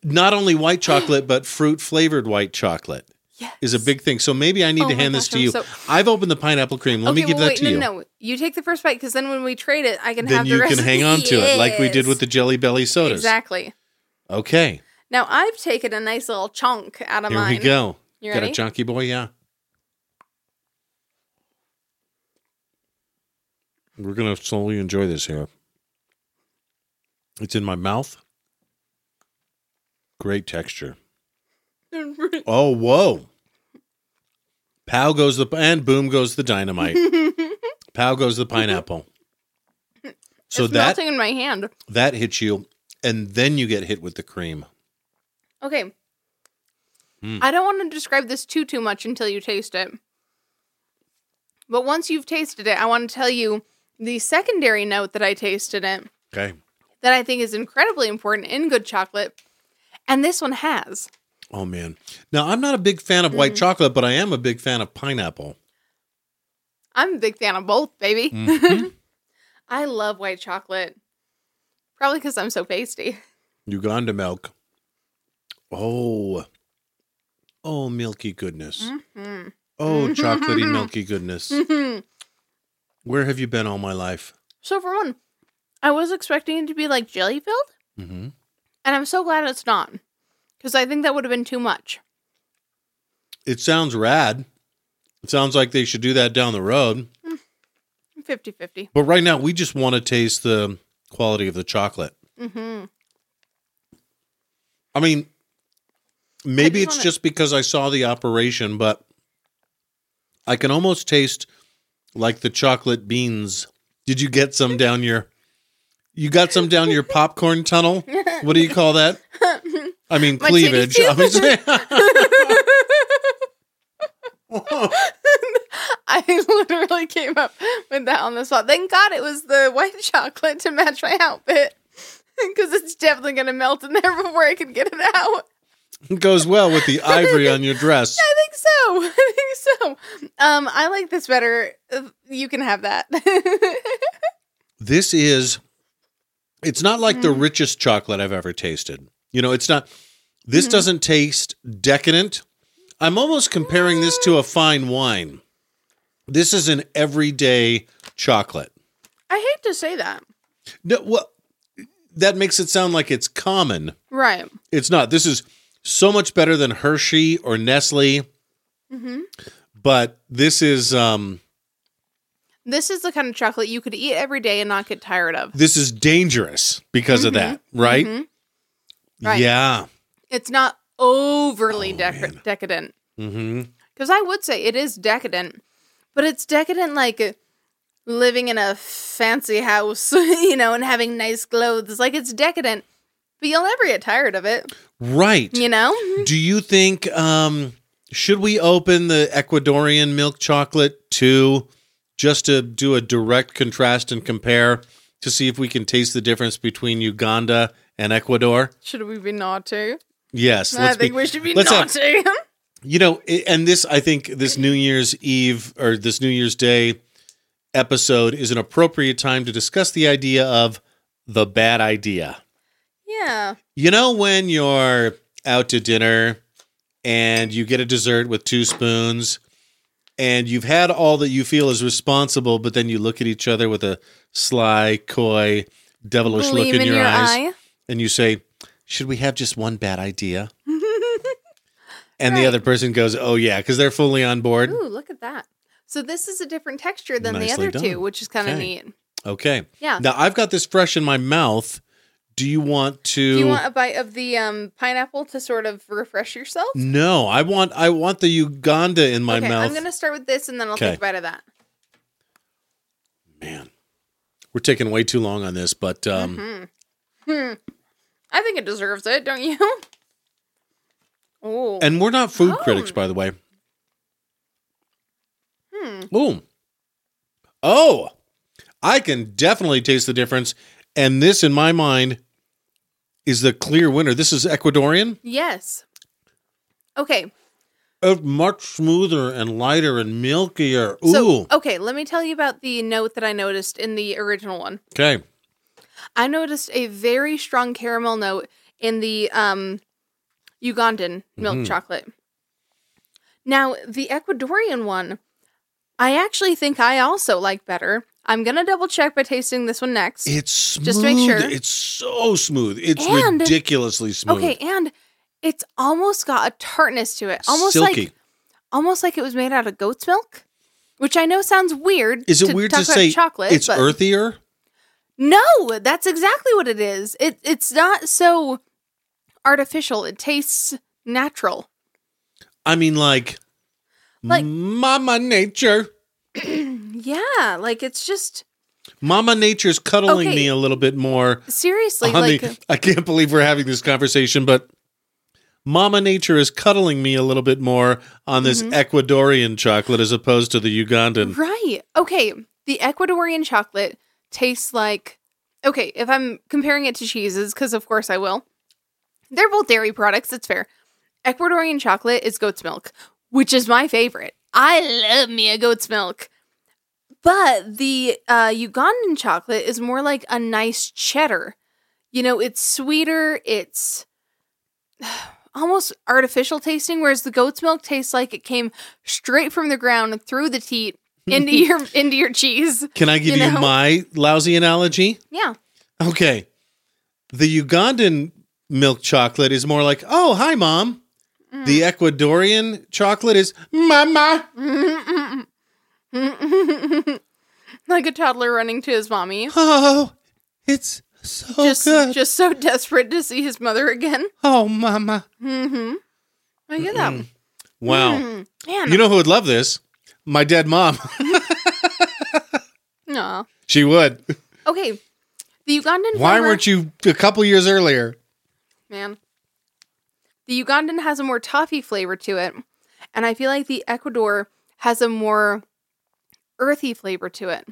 A: Not only white chocolate, but fruit flavored white chocolate
B: Yes.
A: is a big thing. So maybe I need
B: Oh
A: to
B: my
A: hand this
B: gosh,
A: to
B: I'm
A: you.
B: so-
A: I've opened the pineapple cream. Let me give that to
B: no,
A: you.
B: No, no, you take the first bite because then when we trade it, I can
A: Then
B: have the
A: you
B: rest.
A: can hang on to it like we did
B: Yes.
A: with the Jelly Belly sodas.
B: Exactly.
A: Okay,
B: Now I've taken a nice little chunk out of
A: here
B: mine.
A: we go.
B: You
A: Got a
B: ready?
A: chunky boy, yeah. We're gonna slowly enjoy this here. It's in my mouth. Great texture. Oh, whoa. Pow goes the and boom goes the dynamite. Pow goes the pineapple. So
B: it's
A: that
B: melting in my hand.
A: that hits you and then you get hit with the cream.
B: Okay. I don't want to describe this too too much until you taste it. But once you've tasted it, I want to tell you the secondary note that I tasted it
A: Okay.
B: that I think is incredibly important in good chocolate, and this one has.
A: Oh man. Now I'm not a big fan of white chocolate, but I am a big fan of pineapple.
B: I'm a big fan of both, baby. I love white chocolate, probably because I'm so pasty.
A: Uganda milk. Oh. Oh milky goodness. Oh chocolatey milky goodness. Where have you been all my life?
B: So for one, I was expecting it to be like jelly filled,
A: hmm
B: and I'm so glad it's not, because I think that would have been too much.
A: It sounds rad. It sounds like they should do that down the road.
B: 50-50.
A: But right now, we just want to taste the quality of the chocolate.
B: Mm-hmm.
A: I mean, maybe
B: just
A: it's
B: wanna-
A: just because I saw the operation, but I can almost taste like the chocolate beans. Did you get some down your? You got some down your popcorn tunnel. What do you call that? I mean
B: My titty
A: cleavage. I was
B: I literally came up with that on the spot. Thank God it was the white chocolate to match my outfit. Because it's definitely going to melt in there before I can get it out.
A: it goes well with the ivory on your dress.
B: I think so. I think so. Um, I like this better. Uh, You can have that.
A: this is it's not like the richest chocolate I've ever tasted. You know, it's not this doesn't taste decadent. I'm almost comparing this to a fine wine. This is an everyday chocolate.
B: I hate to say that.
A: No, well, that makes it sound like it's common.
B: Right.
A: It's not. This is so much better than Hershey or Nestle. But this is um
B: This is the kind of chocolate you could eat every day and not get tired of.
A: this is dangerous because of that, right?
B: Right.
A: Yeah.
B: It's not overly
A: Oh,
B: dec-
A: man.
B: decadent.
A: Mhm.
B: Because I would say it is decadent, but it's decadent like living in a fancy house, you know, and having nice clothes. Like it's decadent, but you'll never get tired of it,
A: Right.
B: you know?
A: Do you think um should we open the Ecuadorian milk chocolate too just to do a direct contrast and compare to see if we can taste the difference between Uganda and Ecuador?
B: Should we be naughty?
A: Yes,
B: I think we should be naughty.
A: you know, i- and this I think this New Year's Eve or this New Year's Day episode is an appropriate time to discuss the idea of the bad idea.
B: yeah.
A: You know when you're out to dinner and you get a dessert with two spoons and you've had all that you feel is responsible, but then you look at each other with a sly, coy, devilish
B: Gleam
A: look in, your, eyes
B: eye.
A: and you say, Should we have just one bad idea? and the other person goes, Oh, yeah, because they're fully on board.
B: Ooh, look at that. So this is a different texture than the
A: Nicely
B: other two,
A: done.
B: which is kind of
A: Okay.
B: neat.
A: Okay.
B: Yeah.
A: Now I've got this fresh in my mouth. Do you want to?
B: Do you want a bite of the um, pineapple to sort of refresh yourself?
A: no, I want I want the Uganda in my
B: okay,
A: mouth.
B: I'm going to start with this and then I'll
A: Okay.
B: take a bite of that.
A: Man, we're taking way too long on this, but um,
B: Mm-hmm. I think it deserves it, don't you? Oh,
A: and we're not food
B: Oh.
A: critics, by the way.
B: Hmm.
A: Ooh. Oh, I can definitely taste the difference. And this, in my mind, is the clear winner. This is Ecuadorian.
B: yes. Okay.
A: It's much smoother and lighter and milkier. Ooh.
B: So, oh. okay, let me tell you about the note that I noticed in the original one.
A: okay.
B: I noticed a very strong caramel note in the um, Ugandan milk
A: Mm-hmm.
B: chocolate. Now, the Ecuadorian one, I actually think I also like better. I'm going to double check by tasting this one next.
A: It's smooth.
B: Just to make sure.
A: It's so smooth. It's
B: And-
A: ridiculously smooth.
B: okay, and it's almost got a tartness to it. Almost
A: Silky.
B: like almost like it was made out of goat's milk, which I know sounds weird.
A: is it weird
B: talk
A: to
B: about
A: say
B: chocolate?
A: it's
B: but
A: earthier?
B: No, that's exactly what it is. It it's not so artificial. It tastes natural.
A: I mean, like,
B: Like-
A: Mm. Mama Nature.
B: Yeah, like it's just
A: Mama Nature's cuddling
B: Okay.
A: me a little bit more.
B: seriously
A: on
B: like
A: the, I can't believe we're having this conversation, but Mama Nature is cuddling me a little
B: Mm-hmm.
A: bit more on this Ecuadorian chocolate as opposed to the Ugandan.
B: right. Okay, the Ecuadorian chocolate tastes like okay, if I'm comparing it to cheeses, because of course I will, they're both dairy products, it's fair. Ecuadorian chocolate is goat's milk, which is my favorite. I love me a goat's milk. But the uh, Ugandan chocolate is more like a nice cheddar. You know, it's sweeter, it's almost artificial tasting, whereas the goat's milk tastes like it came straight from the ground and through the teat into your into your cheese.
A: Can I give
B: You
A: you,
B: know?
A: my lousy analogy?
B: Yeah.
A: Okay. The Ugandan milk chocolate is more like, oh, hi, mom. The
B: Mm.
A: Ecuadorian chocolate is, mama.
B: like a toddler running to his mommy.
A: Oh, it's so
B: just
A: Oh, good.
B: just so desperate to see his mother again.
A: oh, mama.
B: Mm-hmm. I get that.
A: Wow.
B: Mm. Man.
A: You know who would love this? My dead mom.
B: Aw.
A: she would.
B: Okay. The Ugandan
A: Why
B: farmer-
A: weren't you a couple years earlier?
B: man. The Ugandan has a more toffee flavor to it, and I feel like the Ecuador has a more earthy flavor to it.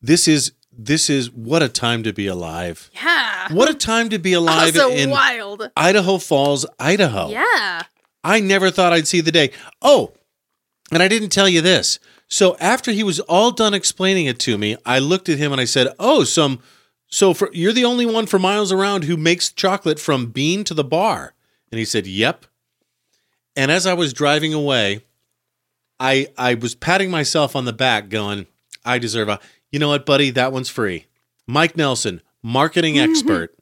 A: This is this is what a time to be alive.
B: Yeah.
A: What a time to be alive
B: Also
A: in
B: wild.
A: Idaho Falls, Idaho.
B: Yeah.
A: I never thought I'd see the day. Oh, and I didn't tell you this. So after he was all done explaining it to me, I looked at him and I said, "Oh, some so for you're the only one for miles around who makes chocolate from bean to the bar." And he said, "Yep." And as I was driving away, I I was patting myself on the back going, "I deserve a You know what, buddy? That one's free." Mike Nelson, marketing expert,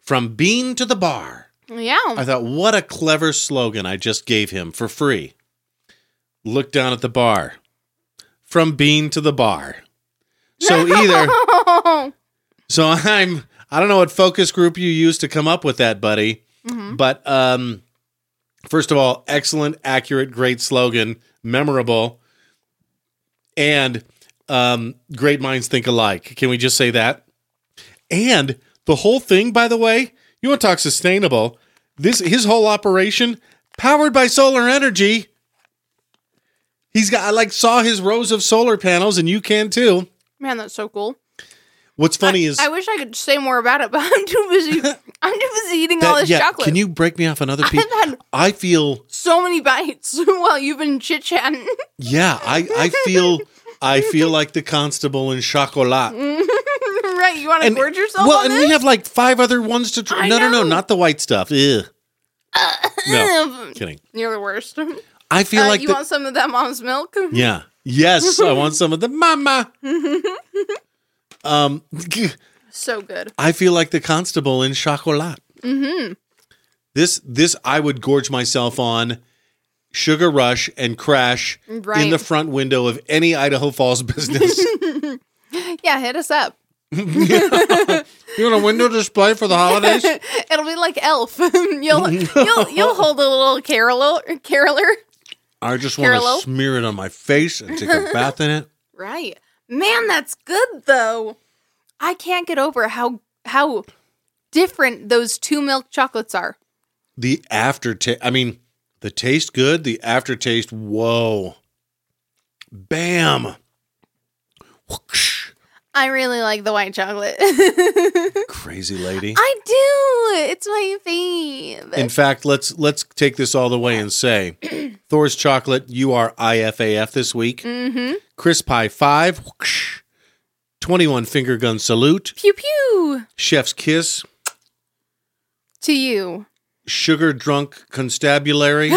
A: from bean to the bar.
B: Yeah.
A: I thought, what a clever slogan I just gave him for free. Look down at the bar. From bean to the bar. So either so I'm I don't know what focus group you used to come up with that, buddy.
B: Mm-hmm.
A: But um first of all, excellent, accurate, great slogan, memorable, and um great minds think alike. Can we just say that? And the whole thing, by the way, you want to talk sustainable. This his whole operation powered by solar energy. He's got I like saw his rows of solar panels, and you can too.
B: Man, that's so cool.
A: What's funny is
B: I wish I could say more about it, but I'm too busy. I'm too busy eating all
A: That-
B: this chocolate.
A: Can you break me off another piece?
B: had-
A: I feel
B: so many bites while you've been chit chatting.
A: yeah, I, I feel I feel like the constable in
B: Mm,
A: Chocolat.
B: right? You want to gorge yourself
A: well,
B: on
A: and
B: this?
A: we have like five other ones to try.
B: I
A: No, no, no,
B: know.
A: not the white stuff. Ugh. No, kidding.
B: You're the worst.
A: I feel
B: Uh,
A: like
B: you
A: the,
B: want some of that mom's milk?
A: yeah, yes, I want some of the mama. um,
B: So good.
A: I feel like the constable in Chocolat. Mm-hmm. This this I would gorge myself on. Sugar rush and crash in
B: Right.
A: the front window of any Idaho Falls business.
B: Yeah, hit us up.
A: You want a window display for the holidays?
B: It'll be like Elf. you'll you'll you'll hold a little carol caroler.
A: I just want
B: Carlo?
A: to smear it on my face and take a bath in it.
B: Right. Man, that's good though. I can't get over how how different those two milk chocolates are.
A: The aftertaste, I mean, the taste good, the aftertaste, whoa. Bam. Whoosh.
B: I really like the white chocolate.
A: Crazy lady.
B: I do. It's my fave.
A: In fact, let's let's take this all the way and say Thor's chocolate, you are IFAF this week.
B: mm-hmm.
A: Chris Pie 5. Whoosh. 21 finger gun salute.
B: Pew pew
A: Chef's kiss.
B: to you.
A: sugar drunk constabulary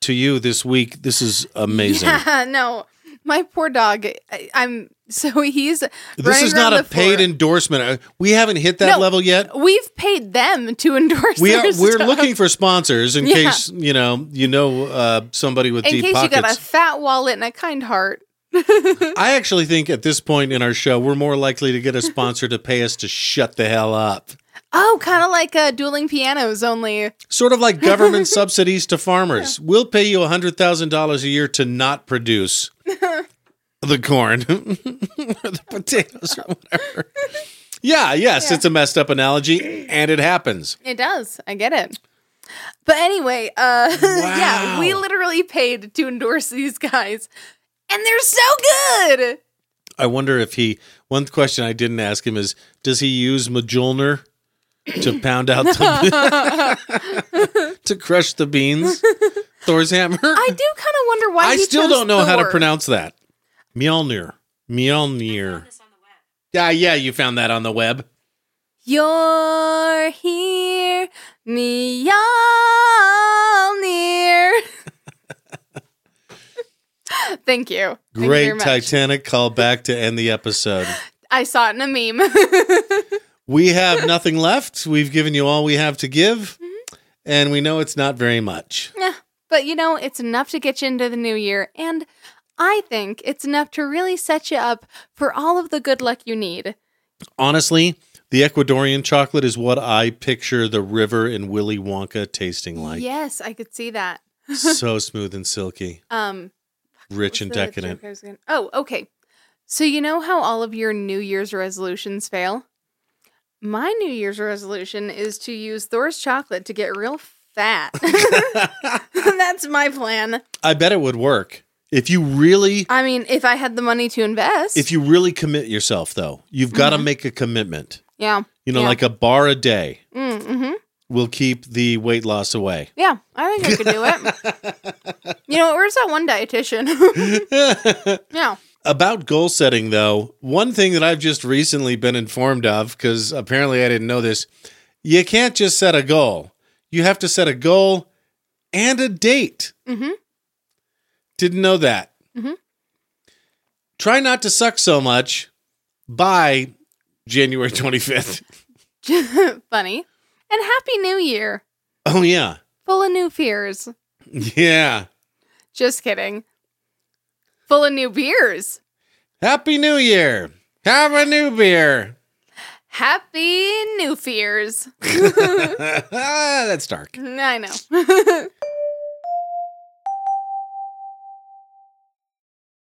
A: to you this week. This is amazing.
B: Yeah, no, my poor dog. I, I'm so he's.
A: this is not a paid endorsement. Uh, We haven't hit that
B: No.
A: level yet.
B: We've paid them to endorse.
A: We are,
B: their
A: we're
B: stuff.
A: looking for sponsors in
B: Yeah.
A: case you know you know uh, somebody with
B: in
A: deep
B: case you got a
A: pockets.
B: fat wallet and a kind heart.
A: I actually think at this point in our show, we're more likely to get a sponsor to pay us to shut the hell up.
B: Oh, kind of like uh, dueling pianos. Only
A: Sort of like government subsidies to farmers. We'll pay you hundred thousand dollars a year to not produce the corn or the potatoes or whatever. Yeah, yes, it's a messed up analogy, and it happens.
B: it does. I get it. But anyway, uh, yeah,
A: Wow.
B: we literally paid to endorse these guys, and they're so good.
A: I wonder if he. One question I didn't ask him is, does he use Majulner to pound out the to crush the beans? Thor's hammer.
B: I do kind of wonder why.
A: I
B: he
A: still
B: chose
A: don't know how to
B: Thor.
A: pronounce that. Mjolnir. Mjolnir. Yeah, yeah, you found that on the web.
B: You're here, me all near. Thank you. Thank you very
A: Great
B: much.
A: Titanic callback to end the episode.
B: I saw it in a meme.
A: We have nothing left. We've given you all we have to give,
B: Mm-hmm.
A: and we know it's not very much.
B: Yeah, but you know, it's enough to get you into the new year. And I think it's enough to really set you up for all of the good luck you need.
A: Honestly, the Ecuadorian chocolate is what I picture the river in Willy Wonka tasting like.
B: yes, I could see that.
A: so smooth and silky,
B: Um,
A: rich
B: what's
A: and
B: the
A: decadent.
B: joke I was gonna- Oh, okay. So you know how all of your New Year's resolutions fail? My New Year's resolution is to use Thor's chocolate to get real fat. That's my plan.
A: I bet it would work. If you really
B: I mean, if I had the money to invest.
A: if you really commit yourself though, you've got to make a commitment.
B: yeah.
A: You know,
B: Yeah.
A: like a bar a day
B: Mm-hmm.
A: will keep the weight loss away.
B: Yeah, I think I could do it. you know, where's that one dietitian? yeah.
A: About goal setting, though, one thing that I've just recently been informed of, because apparently I didn't know this, you can't just set a goal. You have to set a goal and a date.
B: Mhm.
A: Didn't know that.
B: Mhm.
A: Try not to suck so much by January 25th.
B: Funny. And Happy New Year.
A: Oh, yeah.
B: Full of new fears.
A: Yeah.
B: Just kidding. Full of new beers.
A: Happy New Year. Have a new beer.
B: Happy new fears.
A: Ah, That's dark.
B: I know.